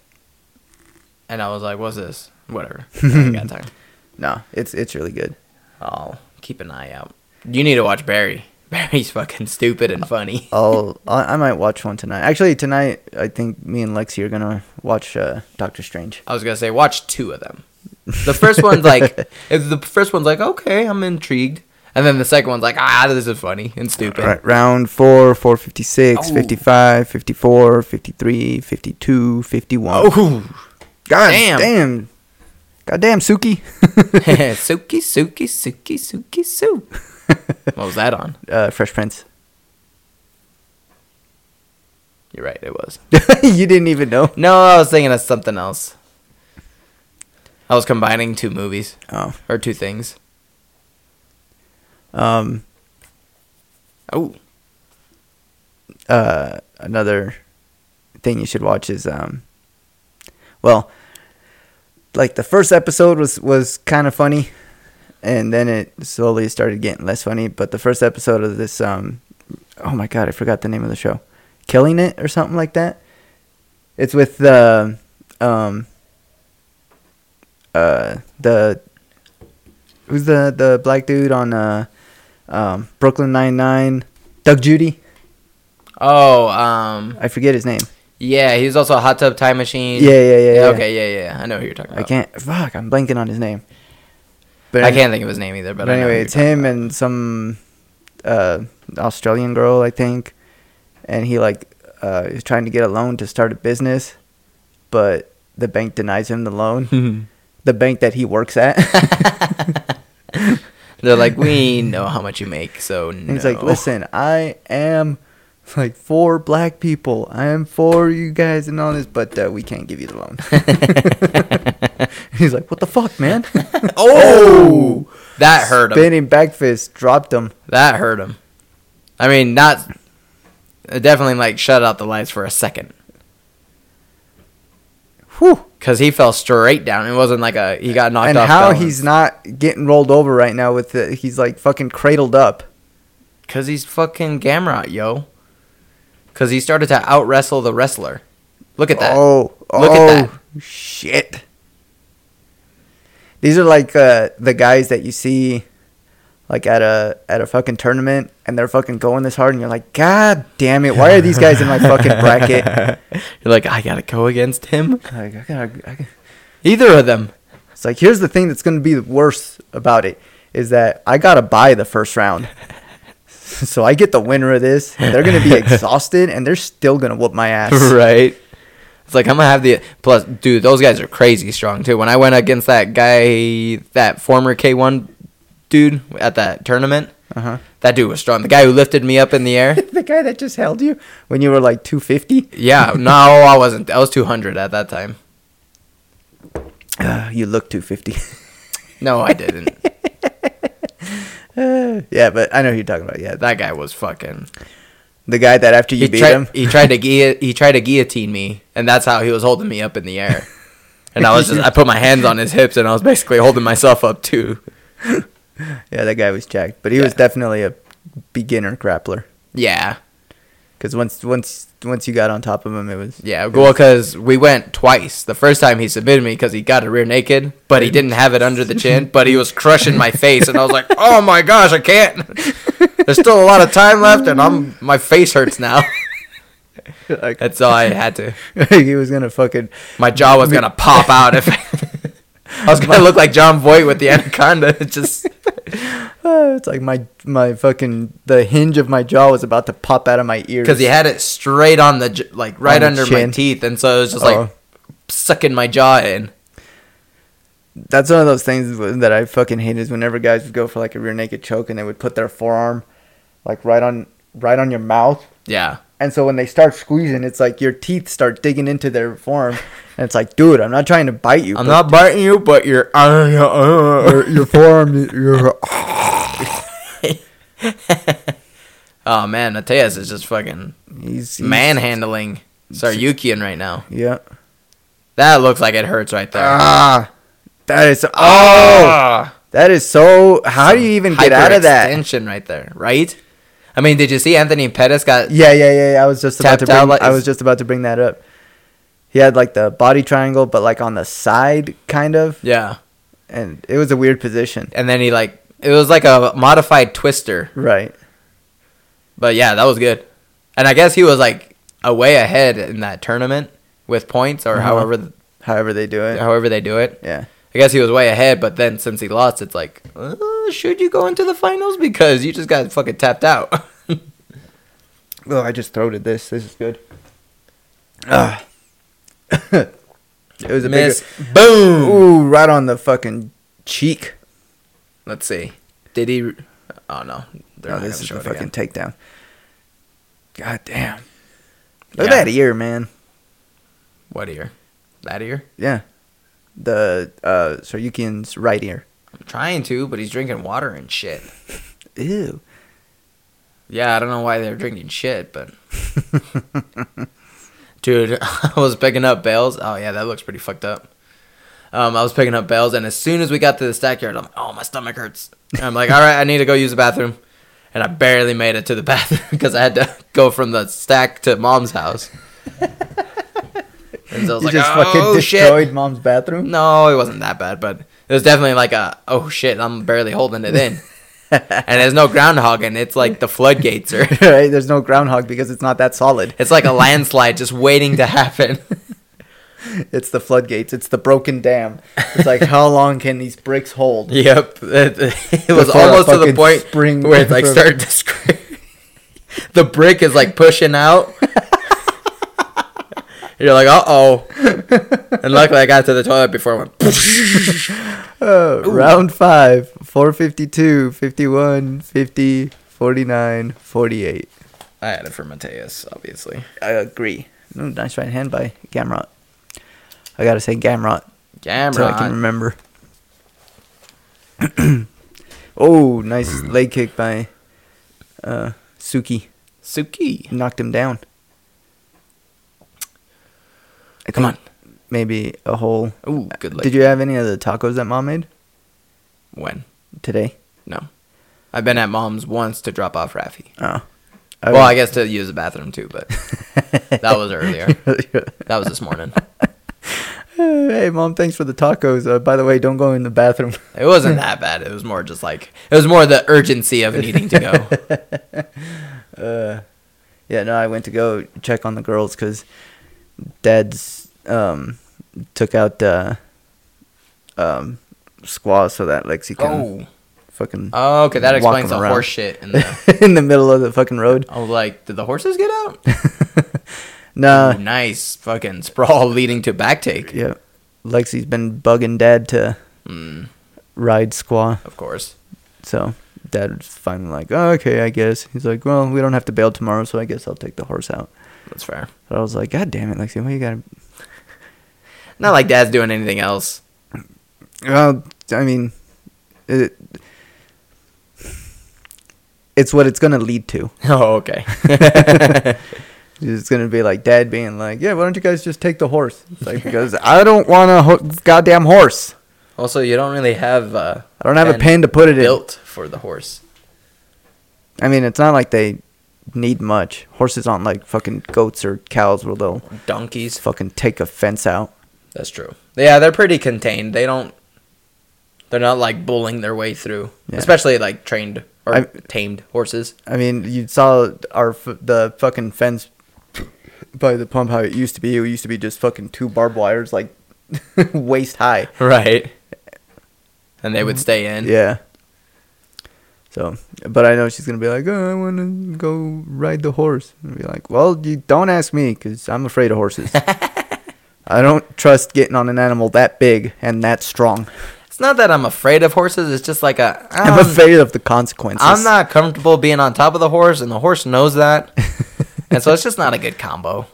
Speaker 3: and I was like, what's this? Whatever. I got time.
Speaker 1: No, it's it's really good.
Speaker 3: I'll keep an eye out. You need to watch Barry. Barry's fucking stupid and funny.
Speaker 1: I'll I I might watch one tonight. Actually, tonight I think me and Lexi are gonna watch uh, Doctor Strange.
Speaker 3: I was gonna say watch two of them. The first one's like if the first one's like okay, I'm intrigued, and then the second one's like ah, this is funny and stupid.
Speaker 1: Right, round four, 456,
Speaker 3: Oh.
Speaker 1: 55, 54, 53, 52, 51.
Speaker 3: Oh,
Speaker 1: God
Speaker 3: damn.
Speaker 1: damn. God damn, Suki.
Speaker 3: Suki, Suki, Suki, Suki, Sue. What was that on?
Speaker 1: uh, Fresh Prince.
Speaker 3: You're right, it was.
Speaker 1: you didn't even know.
Speaker 3: No, I was thinking of something else. I was combining two movies
Speaker 1: Oh.
Speaker 3: or two things.
Speaker 1: Um,
Speaker 3: Oh,
Speaker 1: uh, another thing you should watch is um, well, like the first episode was was kind of funny, and then it slowly started getting less funny. But the first episode of this um, oh my god, I forgot the name of the show, Killing It or something like that. It's with the um uh the who's the the black dude on uh um Brooklyn Nine Nine, Doug Judy.
Speaker 3: oh, um,
Speaker 1: I forget his name.
Speaker 3: yeah, he was also a hot tub time machine.
Speaker 1: Yeah, yeah, yeah, yeah.
Speaker 3: Okay, yeah, yeah, I know who you're talking about.
Speaker 1: I can't. Fuck, I'm blanking on his name. But
Speaker 3: I
Speaker 1: any-
Speaker 3: can't think of his name either. But,
Speaker 1: But
Speaker 3: I know who
Speaker 1: anyway,
Speaker 3: you're
Speaker 1: it's
Speaker 3: talking
Speaker 1: him
Speaker 3: about.
Speaker 1: and some uh, Australian girl, I think, and he like uh, is trying to get a loan to start a business, but the bank denies him the loan. the bank that he works at.
Speaker 3: They're like, we know how much you make, so no.
Speaker 1: And he's like, listen, I am like for black people. I am for you guys and all this, but uh, we can't give you the loan. he's like, what the fuck, man?
Speaker 3: oh, that hurt him.
Speaker 1: Spinning back fist dropped him.
Speaker 3: That hurt him. I mean, not it definitely like shut out the lights for a second
Speaker 1: Whew.
Speaker 3: because he fell straight down. It wasn't like a he got knocked
Speaker 1: and
Speaker 3: off.
Speaker 1: how he's not getting rolled over right now with the, he's like fucking cradled up.
Speaker 3: because he's fucking Gamrot, yo. Because he started to out wrestle the wrestler. Look at that.
Speaker 1: Oh,
Speaker 3: Look at
Speaker 1: oh,
Speaker 3: that.
Speaker 1: Shit. These are like uh, the guys that you see, like at a at a fucking tournament, and they're fucking going this hard, and you're like, God damn it, why are these guys in my fucking bracket?
Speaker 3: You're like, I gotta go against him.
Speaker 1: Like, I gotta- I gotta-
Speaker 3: Either of them.
Speaker 1: It's like here's the thing that's gonna be the worst about it is that I gotta buy the first round, so I get the winner of this. They're gonna be exhausted, and they're still gonna whoop my ass.
Speaker 3: right? It's like I'm gonna have the plus, dude. Those guys are crazy strong too. When I went against that guy, that former K1 dude at that tournament,
Speaker 1: Uh-huh.
Speaker 3: that dude was strong. The guy who lifted me up in the air.
Speaker 1: the guy that just held you when you were like 250,
Speaker 3: Yeah, no, I wasn't. I was 200 at that time.
Speaker 1: uh, you look 250.
Speaker 3: No, I didn't.
Speaker 1: yeah, but I know who you're talking about. Yeah,
Speaker 3: that guy was fucking.
Speaker 1: the guy that after you
Speaker 3: He
Speaker 1: beat
Speaker 3: tried.
Speaker 1: him,
Speaker 3: He tried to guillo- he tried to guillotine me, and that's how he was holding me up in the air. And I was just I put my hands on his hips, and I was basically holding myself up too.
Speaker 1: yeah, that guy was jacked, but he was definitely a beginner grappler
Speaker 3: Yeah.
Speaker 1: because once once once you got on top of him, it was
Speaker 3: Yeah, well, because we went twice. The first time he submitted me because he got a rear naked, but he didn't have it under the chin, but he was crushing my face, and I was like, "Oh my gosh, I can't." There's still a lot of time left, and I'm my face hurts now.
Speaker 1: like
Speaker 3: That's all I had to.
Speaker 1: he was gonna fucking
Speaker 3: My jaw was gonna pop out if I was gonna look like John Voight with the anaconda. It just
Speaker 1: uh, it's like my my fucking the hinge of my jaw was about to pop out of my ears
Speaker 3: because he had it straight on the j- like right
Speaker 1: On the
Speaker 3: under my
Speaker 1: chin.
Speaker 3: teeth, and so it was just
Speaker 1: Oh.
Speaker 3: like sucking my jaw in.
Speaker 1: That's one of those things that I fucking hate is whenever guys would go for like a rear naked choke and they would put their forearm like right on right on your mouth
Speaker 3: Yeah.
Speaker 1: And so when they start squeezing, it's like your teeth start digging into their form, and it's like, dude, I'm not trying to bite you.
Speaker 3: I'm
Speaker 1: but uh,
Speaker 3: not biting you, but you're.
Speaker 1: your, your forearm, your
Speaker 3: Oh man, Mateus is just fucking
Speaker 1: he's, he's
Speaker 3: manhandling Saryukian right now.
Speaker 1: Yeah.
Speaker 3: That looks like it hurts right there.
Speaker 1: Ah, that is oh,
Speaker 3: oh,
Speaker 1: that is so. How do you even get out of that?
Speaker 3: Extension right there, right? I mean, did you see Anthony Pettis got?
Speaker 1: Yeah, yeah, yeah. yeah, I was just about
Speaker 3: Tapped
Speaker 1: to bring,
Speaker 3: out like-
Speaker 1: I was just about to bring that up. He had like the body triangle, but like on the side, kind of,
Speaker 3: Yeah,
Speaker 1: and it was a weird position.
Speaker 3: and then he like it was like a modified twister,
Speaker 1: Right.
Speaker 3: but yeah, that was good. And I guess he was like away ahead in that tournament with points or
Speaker 1: Uh-huh.
Speaker 3: however
Speaker 1: However they do it.
Speaker 3: however they do it.
Speaker 1: Yeah.
Speaker 3: I guess he was way ahead, but then since he lost, it's like, uh, should you go into the finals because you just got fucking tapped out?
Speaker 1: Oh, I just throated this. This is good. Ah. it was a
Speaker 3: Miss,
Speaker 1: big
Speaker 3: boom.
Speaker 1: ooh right on the fucking cheek.
Speaker 3: Let's see. Did he? Oh no, they're
Speaker 1: No,
Speaker 3: not
Speaker 1: this
Speaker 3: this
Speaker 1: is
Speaker 3: show
Speaker 1: a
Speaker 3: it
Speaker 1: fucking
Speaker 3: again.
Speaker 1: takedown. God damn! Look
Speaker 3: Yeah.
Speaker 1: at that ear, man.
Speaker 3: What ear? That ear?
Speaker 1: Yeah, the uh, Saryukian's right ear.
Speaker 3: I'm trying to, but he's drinking water and shit.
Speaker 1: Ew.
Speaker 3: Yeah, I don't know why they're drinking shit, but dude, I was picking up bales. Oh yeah, that looks pretty fucked up. Um, I was picking up bales, and as soon as we got to the stackyard, I'm like, oh my stomach hurts. And I'm like, all right, I need to go use the bathroom, and I barely made it to the bathroom because I had to go from the stack to mom's house. and so I was
Speaker 1: You
Speaker 3: like,
Speaker 1: just
Speaker 3: oh
Speaker 1: fucking
Speaker 3: shit.
Speaker 1: destroyed mom's bathroom.
Speaker 3: No, it wasn't that bad, but it was definitely like a oh shit, I'm barely holding it in. and there's no groundhog and it's like the floodgates are
Speaker 1: right? There's no groundhog because it's not that solid.
Speaker 3: it's like a landslide just waiting to happen.
Speaker 1: It's the floodgates. It's the broken dam. It's like how long can these bricks hold?
Speaker 3: yep. It, it was
Speaker 1: Before a
Speaker 3: almost to the
Speaker 1: fucking
Speaker 3: point
Speaker 1: spring
Speaker 3: where it's like
Speaker 1: from-
Speaker 3: started to scream. the brick is like pushing out. You're like, uh oh. and luckily, I got to the toilet before I went. Oh.
Speaker 1: Uh, round five 452, 51, 50, 49, 48.
Speaker 3: I had it for Mateus, obviously.
Speaker 1: I agree. Ooh, nice right hand by Gamrot. I gotta say Gamrot
Speaker 3: Gamrot.
Speaker 1: until I can remember. oh, nice
Speaker 3: Mm.
Speaker 1: leg kick by uh, Suki.
Speaker 3: Suki.
Speaker 1: Knocked him down. I
Speaker 3: Come
Speaker 1: think Maybe a whole.
Speaker 3: Ooh, good leg.
Speaker 1: Did you have any of the tacos that mom made
Speaker 3: When?
Speaker 1: today?
Speaker 3: No. I've been at mom's once to drop off Rafi.
Speaker 1: Oh.
Speaker 3: Well, I guess to use the bathroom too, but that was earlier.
Speaker 1: guess.
Speaker 3: That was this morning.
Speaker 1: hey, mom, thanks for the tacos. Uh, by the way, don't go in the bathroom.
Speaker 3: It wasn't that bad. It was more just like it was more the urgency of needing to go.
Speaker 1: Yeah, no, I went to go check on the girls because dad's um, took out uh, um, squaw so that Lexi can
Speaker 3: Oh.
Speaker 1: fucking
Speaker 3: Oh, okay, that
Speaker 1: Walk
Speaker 3: explains
Speaker 1: them
Speaker 3: the
Speaker 1: around.
Speaker 3: horse shit. And the,
Speaker 1: in the middle of the fucking road.
Speaker 3: I was like, did the horses get out?
Speaker 1: Nah,
Speaker 3: Ooh, nice fucking sprawl leading to back take.
Speaker 1: yeah, Lexi's been bugging dad to
Speaker 3: Mm,
Speaker 1: ride squaw,
Speaker 3: of course.
Speaker 1: so dad was finally like, oh, okay, I guess. He's like, well, we don't have to bail tomorrow, so I guess I'll take the horse out.
Speaker 3: That's fair.
Speaker 1: But I was like, God damn it, Lexi, why you gotta
Speaker 3: Not like dad's doing anything else.
Speaker 1: Well, I mean, it, it's what it's going to lead to.
Speaker 3: Oh, okay.
Speaker 1: It's going to be like dad being like, "Yeah, why don't you guys just take the horse?" It's like because I don't want a ho- goddamn horse.
Speaker 3: also, you don't really have. Uh,
Speaker 1: I don't have a pen to put it in.
Speaker 3: built for the horse.
Speaker 1: I mean, it's not like they need much. Horses aren't like fucking goats or cows where they'll
Speaker 3: Donkeys.
Speaker 1: fucking take a fence out.
Speaker 3: That's true. Yeah, they're pretty contained. They don't. They're not like bulling their way through,
Speaker 1: Yeah.
Speaker 3: especially like trained or
Speaker 1: I-
Speaker 3: tamed horses.
Speaker 1: I mean, you saw our f- the fucking fence by the pump how it used to be. It used to be just fucking two barbed wires like waist high.
Speaker 3: Right. And they would stay in.
Speaker 1: Mm-hmm. Yeah. So, but I know she's gonna be like, "Oh, I want to go ride the horse," and be like, "Well, you don't ask me because I'm afraid of horses. I don't trust getting on an animal that big and that strong.
Speaker 3: It's not that I'm afraid of horses. It's just like a.
Speaker 1: I'm
Speaker 3: um,
Speaker 1: afraid of the consequences.
Speaker 3: I'm not comfortable being on top of the horse, and the horse knows that. and so it's just not a good combo.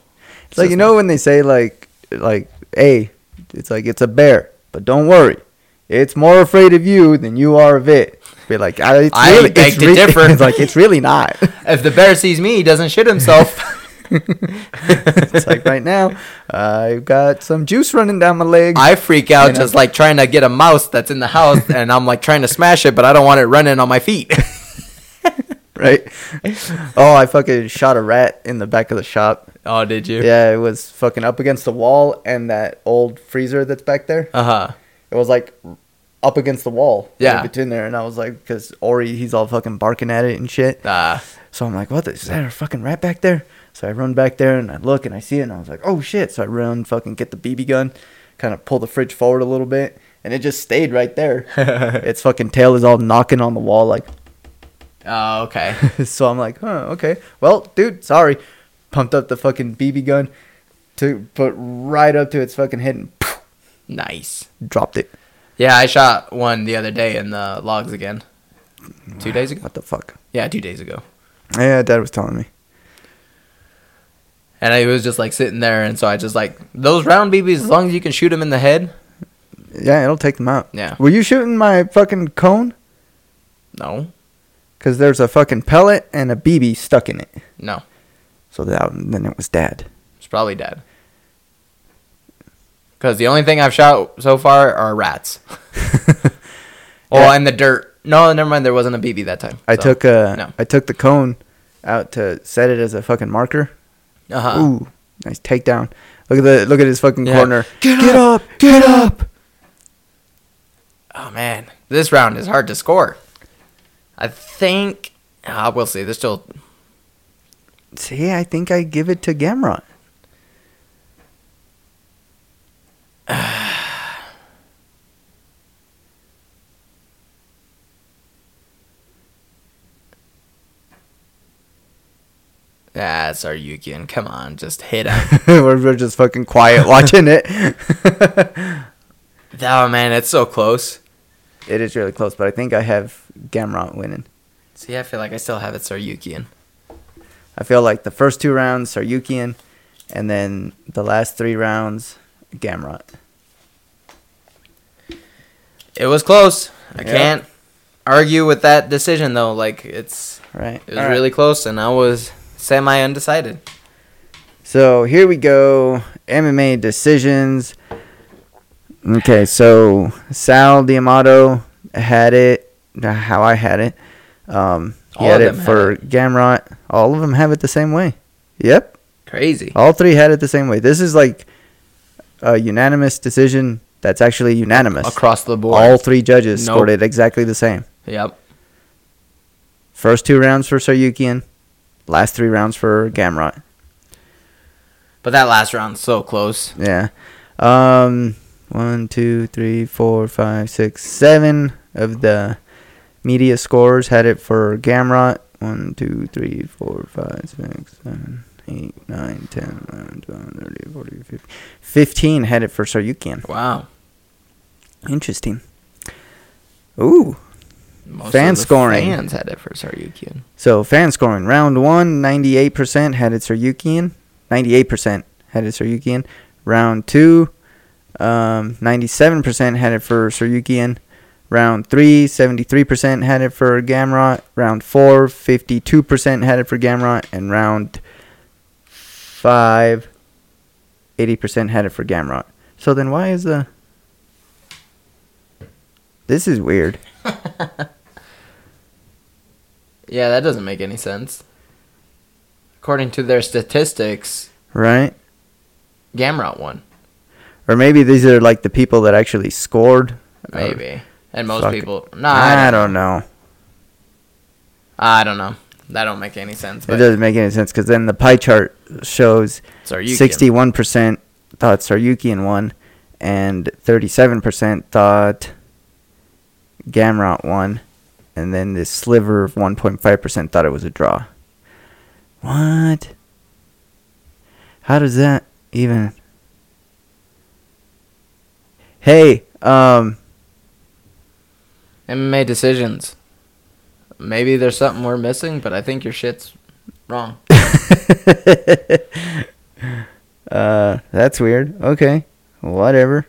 Speaker 1: It's like you know when they say like like hey, it's like it's a bear, but don't worry, it's more afraid of you than you are of it. Be like, I, it's
Speaker 3: I
Speaker 1: really,
Speaker 3: beg
Speaker 1: it's
Speaker 3: to
Speaker 1: re-
Speaker 3: differ.
Speaker 1: it's like it's really not.
Speaker 3: If the bear sees me, he doesn't shit himself.
Speaker 1: it's like right now, I've got some juice running down my legs.
Speaker 3: I freak out
Speaker 1: You know?
Speaker 3: just like trying to get a mouse that's in the house, and I'm like trying to smash it, but I don't want it running on my feet.
Speaker 1: right? Oh, I fucking shot a rat in the back of the shop.
Speaker 3: oh, did you?
Speaker 1: Yeah, it was fucking up against the wall and that old freezer that's back there.
Speaker 3: Uh huh.
Speaker 1: It was like up against the wall. right
Speaker 3: Yeah.
Speaker 1: between there, and I was like, because Ori, he's all fucking barking at it and shit.
Speaker 3: Uh,
Speaker 1: So I'm like, what? The, is that a fucking rat back there? So I run back there and I look and I see it and I was like, oh shit. So I run, fucking get the BB gun, kind of pull the fridge forward a little bit, and it just stayed right there. its fucking tail is all knocking on the wall like.
Speaker 3: oh, okay.
Speaker 1: so I'm like, huh, okay. Well, dude, sorry. Pumped up the fucking BB gun to put right up to its fucking head and
Speaker 3: nice.
Speaker 1: dropped it.
Speaker 3: Yeah, I shot one the other day in the logs again. Two days ago?
Speaker 1: What the fuck?
Speaker 3: Yeah, two days ago.
Speaker 1: Yeah, dad was telling me.
Speaker 3: And I was just like sitting there, and so I just like, those round BBs, as long as you can shoot them in the head.
Speaker 1: Yeah, it'll take them out.
Speaker 3: Yeah.
Speaker 1: Were you shooting my fucking cone?
Speaker 3: No,
Speaker 1: Because there's a fucking pellet and a BB stuck in it.
Speaker 3: no.
Speaker 1: So that, then it was dad.
Speaker 3: It's probably dead. Because the only thing I've shot so far are rats. oh,
Speaker 1: Yeah.
Speaker 3: and the dirt. No, never mind. There wasn't a BB that time.
Speaker 1: I
Speaker 3: so,
Speaker 1: took uh,
Speaker 3: no.
Speaker 1: I took the cone out to set it as a fucking marker.
Speaker 3: Uh-huh.
Speaker 1: Ooh, nice takedown. Look at the look at his fucking
Speaker 3: Yeah.
Speaker 1: corner.
Speaker 3: Get
Speaker 1: up, get up.
Speaker 3: Oh man, this round is hard to score. I think. Ah, we'll see. There's still.
Speaker 1: See, I think I give it to Gamrot.
Speaker 3: Uh, that's our Yukian. Come on, just hit him.
Speaker 1: we're, we're just fucking quiet watching it.
Speaker 3: oh man, it's so close.
Speaker 1: It is really close, but I think I have Gamrot winning.
Speaker 3: See, I feel like I still have it Saryukian.
Speaker 1: I feel like the first two rounds are Yukian, and then the last three rounds, Gamrot.
Speaker 3: It was close. I
Speaker 1: Yeah.
Speaker 3: can't argue with that decision though. Like it's
Speaker 1: Right.
Speaker 3: it was
Speaker 1: All right.
Speaker 3: really close, and I was semi undecided.
Speaker 1: So here we go. MMA decisions. Okay, so Sal Diamato had it uh, how I had it. Um, he
Speaker 3: All
Speaker 1: had
Speaker 3: of
Speaker 1: it
Speaker 3: them had
Speaker 1: for Gamrot. All of them have it the same way. Yep,
Speaker 3: Crazy.
Speaker 1: all three had it the same way. This is like a unanimous decision. That's actually unanimous.
Speaker 3: Across the board.
Speaker 1: all three judges
Speaker 3: Nope.
Speaker 1: scored it exactly the same.
Speaker 3: Yep.
Speaker 1: First two rounds for Saryukian, last three rounds for Gamrot.
Speaker 3: But that last round's so close.
Speaker 1: Yeah. Um, one, two, three, four, five, six, seven of the media scores had it for Gamrot. One, two, three, four, five, six, seven, eight, nine, ten, eleven, twelve, thirteen, fourteen, fifteen. Fifteen had it for Saryukian.
Speaker 3: Wow.
Speaker 1: Interesting. Ooh.
Speaker 3: Most
Speaker 1: Fan
Speaker 3: of the
Speaker 1: scoring.
Speaker 3: Fans had it for Saryukian.
Speaker 1: So fan scoring round one, 98% had it Saryukian. 98% had it Saryukian. Round two, um, 97% had it for Saryukian. Round three, 73% had it for Gamrot. Round four, 52% had it for Gamrot. And round five, 80% had it for Gamrot. So then why is the. This is weird.
Speaker 3: Yeah, that doesn't make any sense. According to their statistics,
Speaker 1: Right?
Speaker 3: Gamrot won.
Speaker 1: Or maybe these are like the people that actually scored. Or-
Speaker 3: Maybe. And most
Speaker 1: fuck it.
Speaker 3: people. No,
Speaker 1: I don't know.
Speaker 3: I don't know. That don't make any sense.
Speaker 1: It
Speaker 3: But
Speaker 1: doesn't make any sense because then the pie chart shows
Speaker 3: Saryukian.
Speaker 1: 61% thought Saryukian won and 37% thought Gamrot won. And then this sliver of 1.5% thought it was a draw. What? How does that even. Hey, um,
Speaker 3: MMA decisions. Maybe there's something we're missing, but I think your shit's wrong.
Speaker 1: uh, that's weird. Okay, whatever.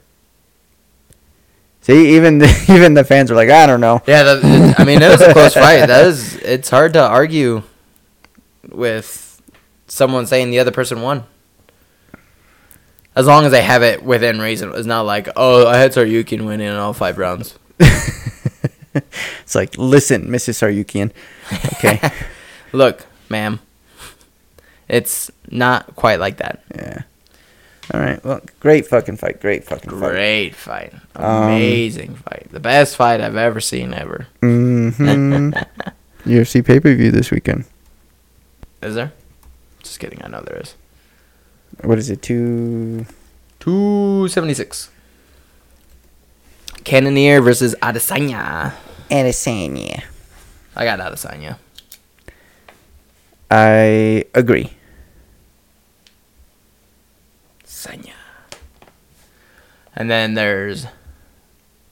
Speaker 1: See, even the, even the fans were like, I don't know.
Speaker 3: Yeah, that, I mean, it was a close fight. That is, it's hard to argue with someone saying the other person won. As long as they have it within reason, it's not like, oh, I had Saryukin win in all five rounds.
Speaker 1: It's like, listen, Mrs. Saryukian. Okay,
Speaker 3: Look, ma'am, it's not quite like that.
Speaker 1: yeah. All right. Well, great fucking fight. Great fucking fight.
Speaker 3: Great fight,
Speaker 1: Um,
Speaker 3: amazing fight, the best fight I've ever seen ever.
Speaker 1: hmm UFC pay per view this weekend.
Speaker 3: Is there? Just kidding. I know there is.
Speaker 1: What is it? Two.
Speaker 3: 276. Cannoneer versus Adesanya.
Speaker 1: Adesanya.
Speaker 3: I got Adesanya.
Speaker 1: I agree.
Speaker 3: Adesanya. And then there's.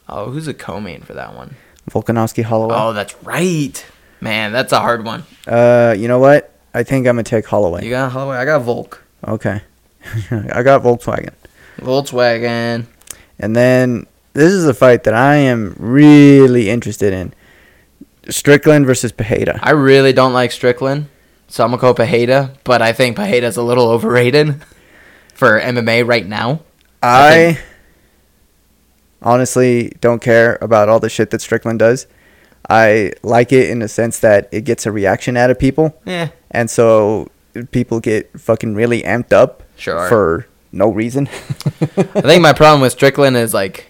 Speaker 3: Oh, who's a co main for that one?
Speaker 1: Volkanovski Holloway.
Speaker 3: Oh, that's right. Man, that's a hard one.
Speaker 1: Uh, you know what? I think I'm gonna take Holloway.
Speaker 3: You got Holloway. I got Volk.
Speaker 1: Okay. I got Volkswagen.
Speaker 3: Volkswagen.
Speaker 1: And then this is a fight that I am really interested in. Strickland versus Pajeda.
Speaker 3: I really don't like Strickland, so I'm going to go Pajeda, but I think Pajeda's a little overrated for MMA right now. I
Speaker 1: I honestly don't care about all the shit that Strickland does. I like it in the sense that it gets a reaction out of people.
Speaker 3: Yeah.
Speaker 1: And so people get fucking really amped up
Speaker 3: Sure.
Speaker 1: for no reason.
Speaker 3: I think my problem with Strickland is like,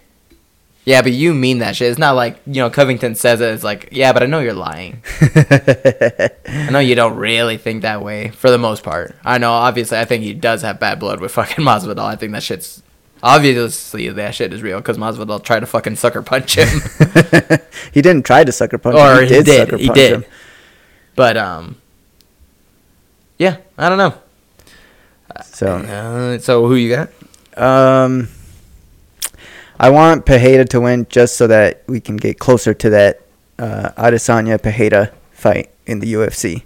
Speaker 3: yeah, but you mean that shit. It's not like you know Covington says it. It's like, yeah, but I know you're lying. I know you don't really think that way for the most part. I know, obviously, I think he does have bad blood with fucking Masvidal. I think that shit's obviously that shit is real because Masvidal tried to fucking sucker punch him,
Speaker 1: he didn't try to sucker punch
Speaker 3: or
Speaker 1: him.
Speaker 3: he did,
Speaker 1: sucker
Speaker 3: he
Speaker 1: punch
Speaker 3: did.
Speaker 1: him.
Speaker 3: But um, Yeah, I don't know.
Speaker 1: So,
Speaker 3: Uh, so who you got?
Speaker 1: um, I want Pajeda to win just so that we can get closer to that uh, Adesanya Pajeda fight in the UFC.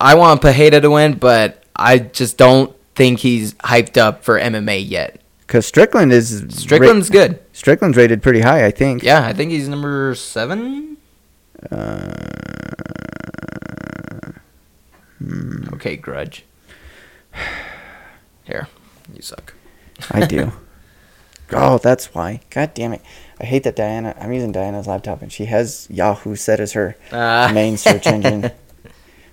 Speaker 3: I want Pajeda to win, but I just don't think he's hyped up for MMA yet.
Speaker 1: Because Strickland is ra-
Speaker 3: Strickland's good.
Speaker 1: Strickland's rated pretty high, I think.
Speaker 3: Yeah, I think he's number seven. Uh, Okay, grudge. Here, you suck.
Speaker 1: I do. Oh, that's why. God damn it! I hate that Diana. I'm using Diana's laptop, and she has Yahoo set as her
Speaker 3: Ah.
Speaker 1: main search engine.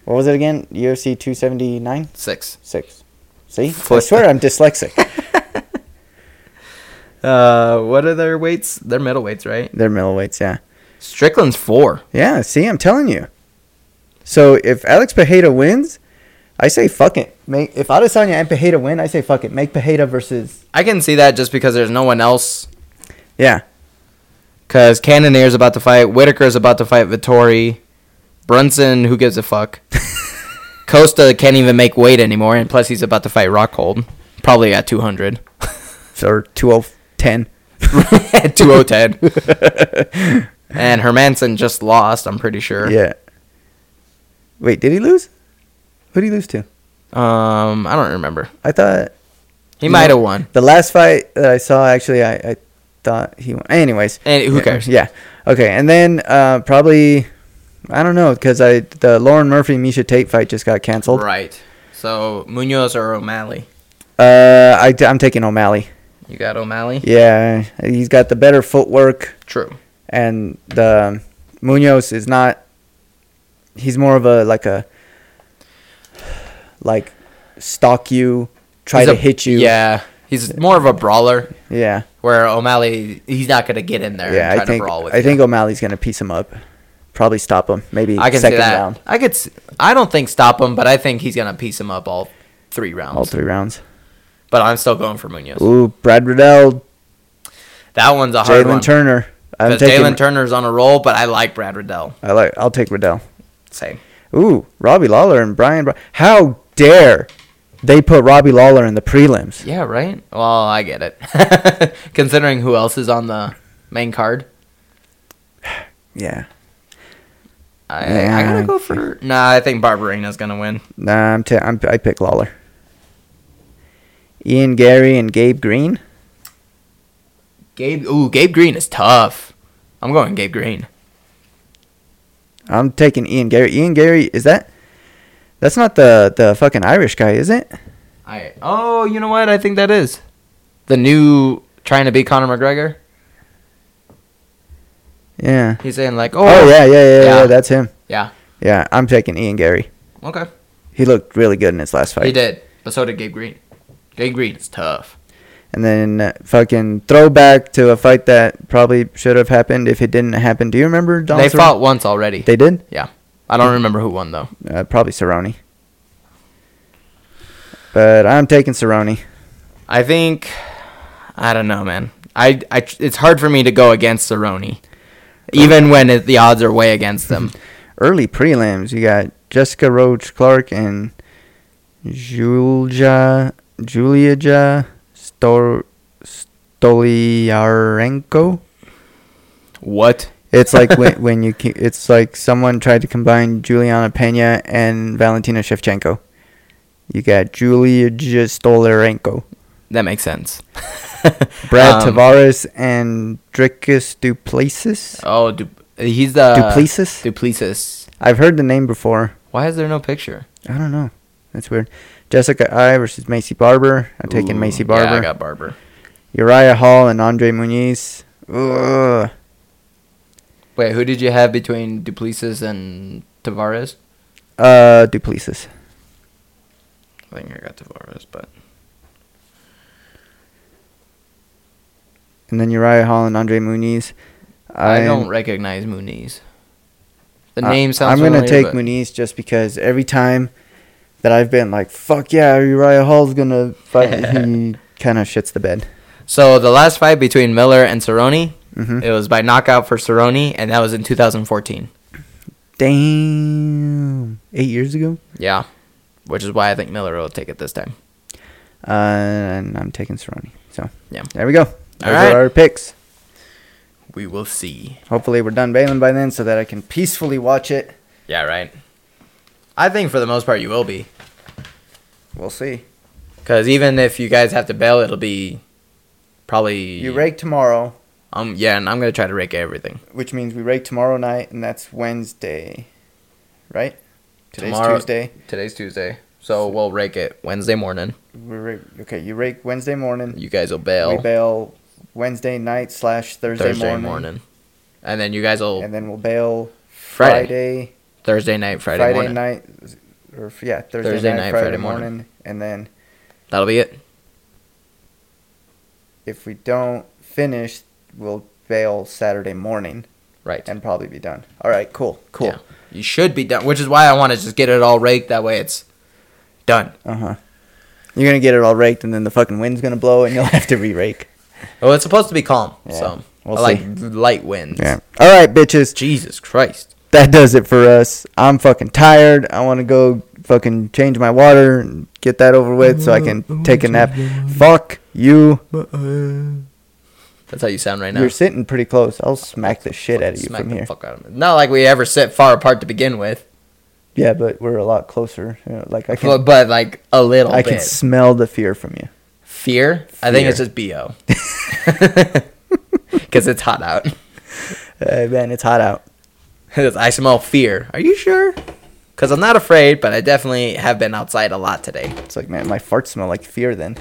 Speaker 1: What was it again? UFC 279
Speaker 3: Six.
Speaker 1: six. See, I
Speaker 3: Foot.
Speaker 1: swear I'm dyslexic.
Speaker 3: Uh, what are their weights? They're middleweights, right?
Speaker 1: They're middleweights, yeah.
Speaker 3: Strickland's four.
Speaker 1: Yeah, see, I'm telling you. So if Alex Pajeda wins, I say fuck it. Make if Adesanya and Pajeda win, I say fuck it. Make Pajeda versus
Speaker 3: I can see that just because there's no one else.
Speaker 1: yeah,
Speaker 3: Because Cannonier's about to fight. Whitaker's about to fight Vittori. Brunson, who gives a fuck? Costa can't even make weight anymore, and plus he's about to fight Rockhold. Probably at 200.
Speaker 1: or 2010.
Speaker 3: at 2010. and Hermanson just lost, I'm pretty sure.
Speaker 1: Yeah. Wait, did he lose? Who did he lose to?
Speaker 3: Um, I don't remember.
Speaker 1: I thought
Speaker 3: He
Speaker 1: You
Speaker 3: might
Speaker 1: know-
Speaker 3: have won.
Speaker 1: the last fight that I saw actually I, I thought he won. Anyways,
Speaker 3: And who
Speaker 1: Yeah,
Speaker 3: cares?
Speaker 1: Yeah. Okay, and then uh, probably I don't know because I the Lauren Murphy Misha Tate fight just got canceled.
Speaker 3: Right. So Munoz or O'Malley?
Speaker 1: Uh, I, am taking O'Malley.
Speaker 3: You got O'Malley?
Speaker 1: Yeah, he's got the better footwork,
Speaker 3: True.
Speaker 1: and the um, Munoz is not. He's more of a like a like stalk you, try
Speaker 3: He's
Speaker 1: to
Speaker 3: a-
Speaker 1: hit you.
Speaker 3: Yeah. He's more of a brawler,
Speaker 1: yeah,
Speaker 3: where O'Malley he's not gonna get in there. and
Speaker 1: yeah.
Speaker 3: try
Speaker 1: I think
Speaker 3: to brawl with
Speaker 1: I
Speaker 3: you.
Speaker 1: think O'Malley's gonna piece him up, probably stop him. Maybe
Speaker 3: I can see
Speaker 1: second
Speaker 3: that.
Speaker 1: round,
Speaker 3: I could. s- I don't think stop him, but I think he's gonna piece him up all three rounds.
Speaker 1: all three rounds.
Speaker 3: But I'm still going for Munoz.
Speaker 1: Ooh, Brad Riddell
Speaker 3: That one's a hard
Speaker 1: Jalen
Speaker 3: one.
Speaker 1: Turner. I'm
Speaker 3: Because
Speaker 1: taking.
Speaker 3: Jalen Turner's on a roll, but I like Brad Riddell.
Speaker 1: I like. I'll take Riddell.
Speaker 3: Same.
Speaker 1: Ooh, Robbie Lawler and Brian. Bro- How dare they put Robbie Lawler in the prelims?
Speaker 3: Yeah. Right. Well, I get it. Considering who else is on the main card,
Speaker 1: Yeah.
Speaker 3: I, I
Speaker 1: Yeah,
Speaker 3: gotta
Speaker 1: I
Speaker 3: go for. Nah, I think Barbarina's gonna win.
Speaker 1: Nah, I'm. T- I'm I pick Lawler. Ian Gary and Gabe Green.
Speaker 3: Gabe. Ooh, Gabe Green is tough. I'm going Gabe Green.
Speaker 1: I'm taking Ian Gary. Ian Gary is that? That's not the the fucking Irish guy, is it?
Speaker 3: I. Oh, you know what? I think that is the new trying to be Conor McGregor.
Speaker 1: Yeah.
Speaker 3: He's saying like, oh,
Speaker 1: Oh yeah, yeah, yeah, yeah.
Speaker 3: Yeah.
Speaker 1: That's him.
Speaker 3: yeah.
Speaker 1: Yeah, I'm taking Ian Gary.
Speaker 3: Okay.
Speaker 1: He looked really good in his last fight.
Speaker 3: He did, but so did Gabe Green. Gabe Green is tough.
Speaker 1: and then uh, fucking throwback to a fight that probably should have happened if it didn't happen. Do you remember? Donald
Speaker 3: they
Speaker 1: Cerrone?
Speaker 3: fought once already.
Speaker 1: They did.
Speaker 3: yeah, I don't remember who won though.
Speaker 1: Uh, probably Cerrone. But I'm taking Cerrone.
Speaker 3: I think I don't know, man. I, I it's hard for me to go against Cerrone, even when it, the odds are way against them.
Speaker 1: Early prelims. You got Jessica Roach Clark and Julia Julia Stor, Stoliarenko.
Speaker 3: what?
Speaker 1: It's like when, when you ke- it's like someone tried to combine Juliana Pena and Valentina Shevchenko. You got Julia Stolarenko,
Speaker 3: That makes sense.
Speaker 1: Brad
Speaker 3: Um,
Speaker 1: Tavares, and Dricus Duplessis.
Speaker 3: Oh, du- he's the
Speaker 1: Duplessis?
Speaker 3: Duplessis.
Speaker 1: I've heard the name before.
Speaker 3: Why is there no picture?
Speaker 1: I don't know. That's weird. Jessica I versus Macy Barber. I'm taking
Speaker 3: Ooh,
Speaker 1: Macy
Speaker 3: Yeah, I
Speaker 1: Barber.
Speaker 3: got Barber.
Speaker 1: Uriah Hall and Andre Muniz. Ugh.
Speaker 3: Wait, who did you have between Duplessis and Tavares?
Speaker 1: Uh, Duplessis.
Speaker 3: I think I got Tavares, but
Speaker 1: And then Uriah Hall and Andre Muniz.
Speaker 3: I,
Speaker 1: I'm-
Speaker 3: don't recognize Muniz. The
Speaker 1: I-
Speaker 3: name sounds.
Speaker 1: I'm gonna
Speaker 3: familiar,
Speaker 1: take
Speaker 3: but-
Speaker 1: Muniz just because every time that I've been like, "Fuck yeah, Uriah Hall's gonna fight," he kind of shits the bed.
Speaker 3: So the last fight between Miller and Cerrone,
Speaker 1: Mhm.
Speaker 3: it was by knockout for Cerrone, and that was in 2014.
Speaker 1: Damn, eight years ago.
Speaker 3: Yeah, which is why I think Miller will take it this time.
Speaker 1: Uh, and I'm taking Cerrone. So
Speaker 3: Yeah.
Speaker 1: there we go. Those
Speaker 3: right.
Speaker 1: are our picks.
Speaker 3: We will see.
Speaker 1: Hopefully we're done bailing by then, so that I can peacefully watch it.
Speaker 3: Yeah, right. I think for the most part you will be,
Speaker 1: We'll see.
Speaker 3: because even if you guys have to bail, it'll be probably
Speaker 1: You rake tomorrow,
Speaker 3: Um, yeah, and I'm gonna try to rake everything.
Speaker 1: which means we rake tomorrow night, and that's Wednesday, right? Today's
Speaker 3: Tomorrow-
Speaker 1: Tuesday.
Speaker 3: Today's Tuesday, so we'll rake it Wednesday morning.
Speaker 1: We rake, okay, you rake Wednesday morning.
Speaker 3: You guys will bail
Speaker 1: We bail Wednesday night slash Thursday,
Speaker 3: Thursday morning.
Speaker 1: morning,
Speaker 3: and then you guys will
Speaker 1: and then we'll bail
Speaker 3: Friday,
Speaker 1: Friday,
Speaker 3: Thursday night, Friday,
Speaker 1: Friday,
Speaker 3: morning.
Speaker 1: night, or f- yeah, Thursday,
Speaker 3: Thursday
Speaker 1: night,
Speaker 3: night,
Speaker 1: Friday,
Speaker 3: Friday
Speaker 1: morning.
Speaker 3: morning.
Speaker 1: and then
Speaker 3: That'll be it.
Speaker 1: if we don't finish, we'll bail Saturday morning
Speaker 3: Right.
Speaker 1: and probably be done. All right, cool, cool.
Speaker 3: Yeah. You should be done, which is why I want to just get it all raked. That way, it's done.
Speaker 1: Uh huh. You're gonna get it all raked, and then the fucking wind's gonna blow, and you'll have to re-rake.
Speaker 3: Well, it's supposed to be calm,
Speaker 1: Yeah,
Speaker 3: so
Speaker 1: we'll
Speaker 3: I like light winds.
Speaker 1: All right, bitches.
Speaker 3: Jesus Christ.
Speaker 1: That does it for us. I'm fucking tired. I want to go fucking change my water and get that over with, so I can take a nap. Fuck you.
Speaker 3: That's how you sound right now.
Speaker 1: You're sitting pretty close. I'll smack the shit out of you
Speaker 3: Smack
Speaker 1: from
Speaker 3: the
Speaker 1: here.
Speaker 3: fuck out of me. Not like we ever sit far apart to begin with,
Speaker 1: Yeah, but we're a lot closer. You know, like I
Speaker 3: but,
Speaker 1: can,
Speaker 3: but, like a little
Speaker 1: I
Speaker 3: bit.
Speaker 1: can smell the fear from you.
Speaker 3: Fear? I think it's
Speaker 1: Fear.
Speaker 3: just bo. Because it's hot out.
Speaker 1: Uh, man, it's hot out.
Speaker 3: I smell fear. Are you sure? Because I'm not afraid, but I definitely have been outside a lot today.
Speaker 1: It's like man, my farts smell like fear. Then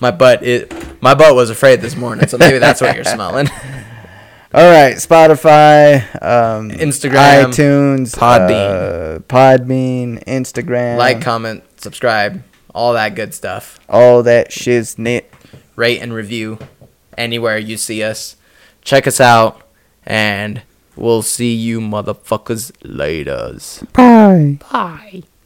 Speaker 3: My butt is, my butt was afraid this morning, so maybe that's what you're smelling.
Speaker 1: All right, Spotify, um,
Speaker 3: Instagram,
Speaker 1: iTunes,
Speaker 3: Podbean.
Speaker 1: uh, Podbean, Instagram,
Speaker 3: like, comment, subscribe, all that good stuff.
Speaker 1: all that shiznit.
Speaker 3: Rate and review anywhere you see us. Check us out, and we'll see you motherfuckers laters.
Speaker 1: Bye.